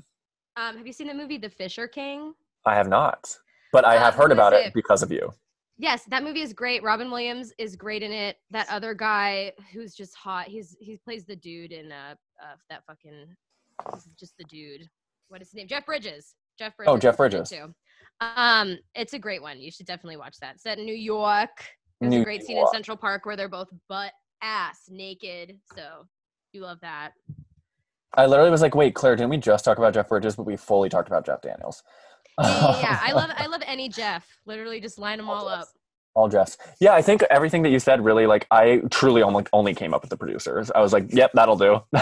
[SPEAKER 2] Um. Have you seen the movie The Fisher King?
[SPEAKER 1] i have not but i
[SPEAKER 2] Uh,
[SPEAKER 1] have heard
[SPEAKER 2] who
[SPEAKER 1] about
[SPEAKER 2] is
[SPEAKER 1] it?
[SPEAKER 2] it?
[SPEAKER 1] because of you
[SPEAKER 2] Yes, that movie is great. Robin Williams is great in it. That other guy who's just hot. He's he plays the dude in uh, uh that fucking he's just the dude. What is his name? Jeff Bridges. Jeff Bridges.
[SPEAKER 1] Oh, Jeff
[SPEAKER 2] is in it
[SPEAKER 1] Bridges.
[SPEAKER 2] too. Um, it's a great one. You should definitely watch that. It's set in New York. There's
[SPEAKER 1] New
[SPEAKER 2] a great scene in
[SPEAKER 1] York.
[SPEAKER 2] Central Park where they're both butt ass naked. So you love that.
[SPEAKER 1] I literally was like, wait, Claire, didn't we just talk about Jeff Bridges? But we fully talked about Jeff Daniels.
[SPEAKER 2] Yeah, yeah, yeah. I love I love any Jeff. Literally just line them
[SPEAKER 1] All
[SPEAKER 2] all up.
[SPEAKER 1] Jeffs. all dressed. Yeah, I think everything that you said really like I truly only only came up with the producers. I was like, yep, that'll do.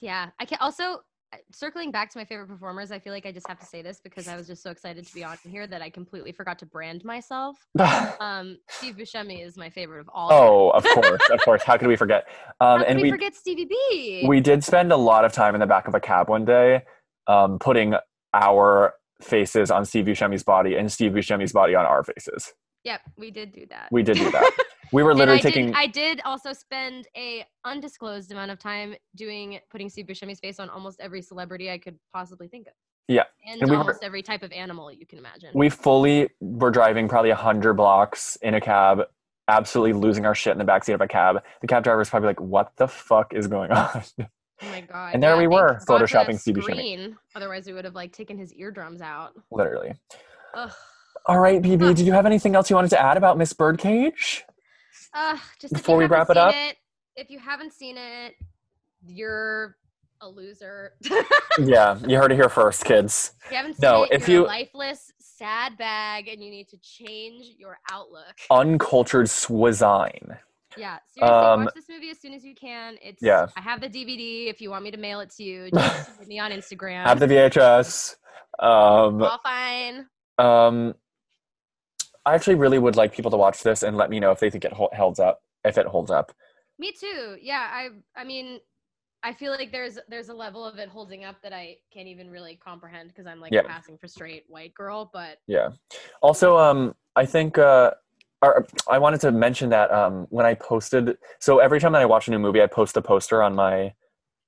[SPEAKER 2] Yeah. I can also uh, circling back to my favorite performers, I feel like I just have to say this because I was just so excited to be on here that I completely forgot to brand myself. Um, Steve Buscemi is my favorite of all. time.
[SPEAKER 1] oh, of course, of course. How could we forget? Um,
[SPEAKER 2] How could
[SPEAKER 1] and
[SPEAKER 2] we,
[SPEAKER 1] we
[SPEAKER 2] forget Stevie B.
[SPEAKER 1] we did spend a lot of time in the back of a cab one day, um, putting our faces on Steve Buscemi's body and Steve Buscemi's body on our faces.
[SPEAKER 2] yep, we did do that.
[SPEAKER 1] We did do that. We were
[SPEAKER 2] And
[SPEAKER 1] literally
[SPEAKER 2] I
[SPEAKER 1] taking.
[SPEAKER 2] Did, I did also spend a undisclosed amount of time doing putting Steve Buscemi's face on almost every celebrity I could possibly think of.
[SPEAKER 1] Yeah,
[SPEAKER 2] and,
[SPEAKER 1] and we were-
[SPEAKER 2] almost every type of animal you can imagine.
[SPEAKER 1] we fully were driving probably 100 blocks in a cab absolutely losing our shit in the backseat of a cab the cab driver was probably like what the fuck is going on
[SPEAKER 2] oh my god!
[SPEAKER 1] and there we
[SPEAKER 2] thank
[SPEAKER 1] were,
[SPEAKER 2] God for that
[SPEAKER 1] photoshopping Steve Buscemi.
[SPEAKER 2] screen, Otherwise, we would have like taken his eardrums out.
[SPEAKER 1] literally
[SPEAKER 2] Ugh.
[SPEAKER 1] all right bb
[SPEAKER 2] Huh.
[SPEAKER 1] did you have anything else you wanted to add about miss birdcage
[SPEAKER 2] Ugh, just if you
[SPEAKER 1] Before we
[SPEAKER 2] haven't
[SPEAKER 1] wrap it
[SPEAKER 2] seen
[SPEAKER 1] up?
[SPEAKER 2] if you haven't seen it, you're a loser. if
[SPEAKER 1] yeah you heard it here first kids
[SPEAKER 2] you haven't seen
[SPEAKER 1] No,
[SPEAKER 2] it,
[SPEAKER 1] if
[SPEAKER 2] you're
[SPEAKER 1] you-
[SPEAKER 2] a lifeless, sad bag, and you need to change your outlook.
[SPEAKER 1] uncultured swazine
[SPEAKER 2] Yeah, seriously,
[SPEAKER 1] Um,
[SPEAKER 2] watch this movie as soon as you can. It's
[SPEAKER 1] yeah.
[SPEAKER 2] I have the DVD. If you want me to mail it to you, just hit me on Instagram.
[SPEAKER 1] have the vhs um,
[SPEAKER 2] All fine.
[SPEAKER 1] um, i actually really would like people to watch this and let me know if they think it hol- holds up if it holds up
[SPEAKER 2] Me too. Yeah, I I mean, I feel like there's there's a level of it holding up that I can't even really comprehend because I'm like
[SPEAKER 1] Yeah.
[SPEAKER 2] passing for straight white girl, but
[SPEAKER 1] Yeah. Also, um, I think uh, or, I wanted to mention that um, when I posted, so every time that I watch a new movie, I post the poster on my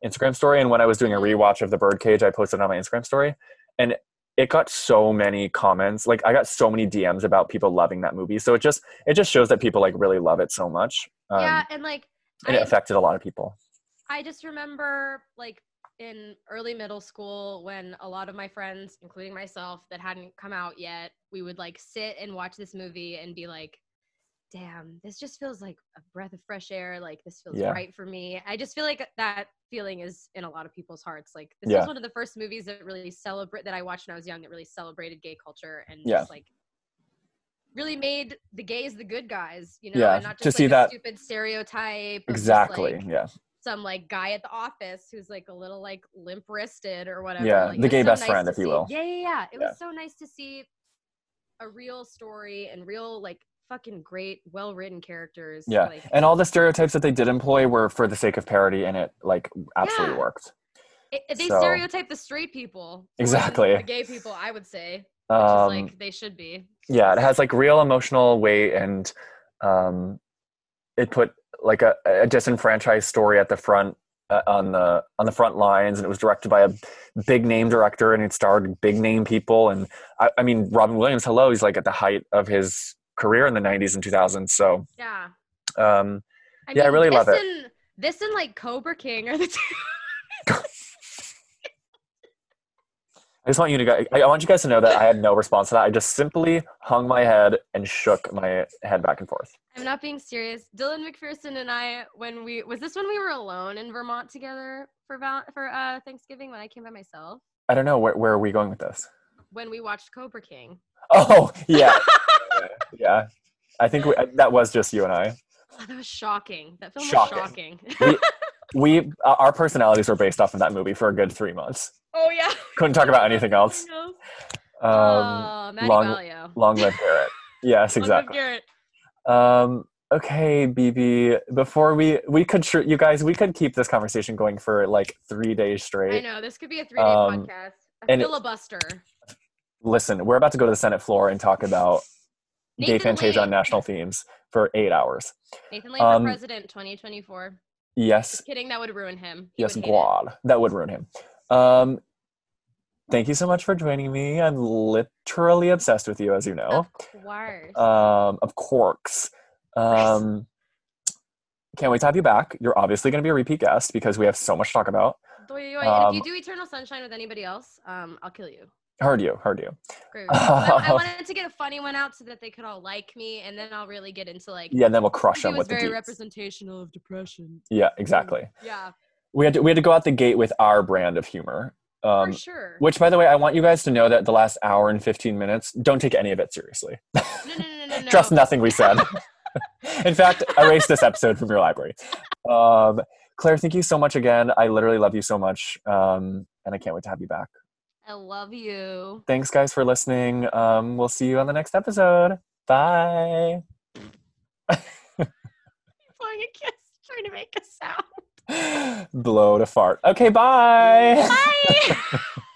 [SPEAKER 1] Instagram story. And when I was doing a
[SPEAKER 2] Mm-hmm.
[SPEAKER 1] rewatch of The Birdcage, I posted it on my Instagram story, and it got so many comments. Like I got so many DMs about people loving that movie. So it just it just shows that people like really love it so much. Um,
[SPEAKER 2] yeah, and like
[SPEAKER 1] And it
[SPEAKER 2] I-
[SPEAKER 1] affected a lot of people.
[SPEAKER 2] I just remember like in early middle school when a lot of my friends, including myself, that hadn't come out yet, we would like sit and watch this movie and be like, damn, this just feels like a breath of fresh air. Like this feels
[SPEAKER 1] Yeah.
[SPEAKER 2] right for me. I just feel like that feeling is in a lot of people's hearts. Like this
[SPEAKER 1] Yeah.
[SPEAKER 2] was one of the first movies that really celebrate that I watched when I was young that really celebrated gay culture and
[SPEAKER 1] Yeah.
[SPEAKER 2] just like really made the gays the good guys, you know,
[SPEAKER 1] Yeah,
[SPEAKER 2] and not
[SPEAKER 1] to
[SPEAKER 2] just like
[SPEAKER 1] see
[SPEAKER 2] a
[SPEAKER 1] that-
[SPEAKER 2] stupid stereotype. of just,
[SPEAKER 1] Exactly.
[SPEAKER 2] like,
[SPEAKER 1] yeah.
[SPEAKER 2] some like guy at the office who's like a little like limp wristed or whatever.
[SPEAKER 1] Yeah,
[SPEAKER 2] like,
[SPEAKER 1] the
[SPEAKER 2] it was
[SPEAKER 1] gay
[SPEAKER 2] so
[SPEAKER 1] best
[SPEAKER 2] nice
[SPEAKER 1] friend,
[SPEAKER 2] to
[SPEAKER 1] if you
[SPEAKER 2] see-
[SPEAKER 1] will.
[SPEAKER 2] Yeah, yeah, yeah. It
[SPEAKER 1] Yeah.
[SPEAKER 2] was so nice to see a real story and real like fucking great, well written characters.
[SPEAKER 1] Yeah.
[SPEAKER 2] like,
[SPEAKER 1] And all the stereotypes that they did employ were for the sake of parody, and it like absolutely
[SPEAKER 2] Yeah.
[SPEAKER 1] worked.
[SPEAKER 2] it- it- they
[SPEAKER 1] so-
[SPEAKER 2] stereotype the straight people. more than
[SPEAKER 1] Exactly.
[SPEAKER 2] The gay people, I would say, which
[SPEAKER 1] Um,
[SPEAKER 2] is like they should be.
[SPEAKER 1] yeah it has like real emotional weight and um it put like a, a disenfranchised story at the front uh, on the on the front lines and it was directed by a big name director and it starred big name people and I, I mean robin williams hello he's like at the height of his career in the 90s and 2000s so
[SPEAKER 2] Yeah.
[SPEAKER 1] um Yeah, I really love
[SPEAKER 2] this
[SPEAKER 1] it.
[SPEAKER 2] And, this and like Cobra King are the two.
[SPEAKER 1] i just want you to guys i want you guys to know that i had no response to that i just simply hung my head and shook my head back and forth
[SPEAKER 2] I'm not being serious. Dylan McPherson and I, when we was this when we were alone in Vermont together for val- for uh, Thanksgiving when I came by myself
[SPEAKER 1] i don't know where, where are we going with this
[SPEAKER 2] when we watched Cobra King.
[SPEAKER 1] Oh yeah, yeah. I think we, that was just you and I.
[SPEAKER 2] Oh, that was shocking. That film
[SPEAKER 1] Shocking.
[SPEAKER 2] was shocking.
[SPEAKER 1] We uh, our personalities were based off of that movie for a good three months.
[SPEAKER 2] oh yeah.
[SPEAKER 1] Couldn't talk about anything else.
[SPEAKER 2] I know.
[SPEAKER 1] Um,
[SPEAKER 2] oh, Matty
[SPEAKER 1] long-
[SPEAKER 2] Valio.
[SPEAKER 1] Long live Garrett. Yes,
[SPEAKER 2] Love
[SPEAKER 1] exactly.
[SPEAKER 2] Garrett.
[SPEAKER 1] Um, okay, BB. Before we we could tr- you guys we could keep this conversation going for like three days
[SPEAKER 2] I
[SPEAKER 1] straight.
[SPEAKER 2] know this could be a three-day
[SPEAKER 1] Um,
[SPEAKER 2] podcast. A
[SPEAKER 1] and it-
[SPEAKER 2] filibuster.
[SPEAKER 1] Listen, we're about to go to the Senate floor and talk about gay
[SPEAKER 2] Nathan
[SPEAKER 1] fantasies
[SPEAKER 2] Lane.
[SPEAKER 1] on national themes for eight hours.
[SPEAKER 2] Nathan Lane
[SPEAKER 1] um,
[SPEAKER 2] for president, 2024.
[SPEAKER 1] Yes,
[SPEAKER 2] Kidding, that would ruin him. He
[SPEAKER 1] Yes,
[SPEAKER 2] would hate it.
[SPEAKER 1] God. That would ruin him. Um, thank you so much for joining me. I'm literally obsessed with you, as you know.
[SPEAKER 2] Of course.
[SPEAKER 1] Um, of corks.
[SPEAKER 2] course.
[SPEAKER 1] Um, can't wait to have you back. You're obviously going to be a repeat guest because we have so much to talk about.
[SPEAKER 2] Doi, doi, doi. And if
[SPEAKER 1] um,
[SPEAKER 2] you do Eternal Sunshine with anybody else, um, I'll kill you.
[SPEAKER 1] Heard you, heard you.
[SPEAKER 2] Great. I, I wanted to get a funny one out so that they could all like me, and then I'll really get into like.
[SPEAKER 1] Yeah, and then we'll crush
[SPEAKER 2] "He
[SPEAKER 1] them
[SPEAKER 2] was
[SPEAKER 1] with the
[SPEAKER 2] very
[SPEAKER 1] deets.
[SPEAKER 2] representational of depression.
[SPEAKER 1] yeah, exactly.
[SPEAKER 2] Yeah,
[SPEAKER 1] We had to, we had to go out the gate with our brand of humor. Um,
[SPEAKER 2] for sure.
[SPEAKER 1] Which, by the way, I want you guys to know that the last hour and 15 minutes, don't take any of it seriously.
[SPEAKER 2] no, no, no, no, no.
[SPEAKER 1] Trust nothing we said. In fact, erase this episode from your library. Um, Claire, thank you so much again. I literally love you so much. Um, and I can't wait to have you back.
[SPEAKER 2] I love you.
[SPEAKER 1] Thanks, guys, for listening. Um, we'll see you on the next episode. Bye.
[SPEAKER 2] Blowing a kiss, trying to make a sound.
[SPEAKER 1] Blow to fart. Okay, bye.
[SPEAKER 2] Bye.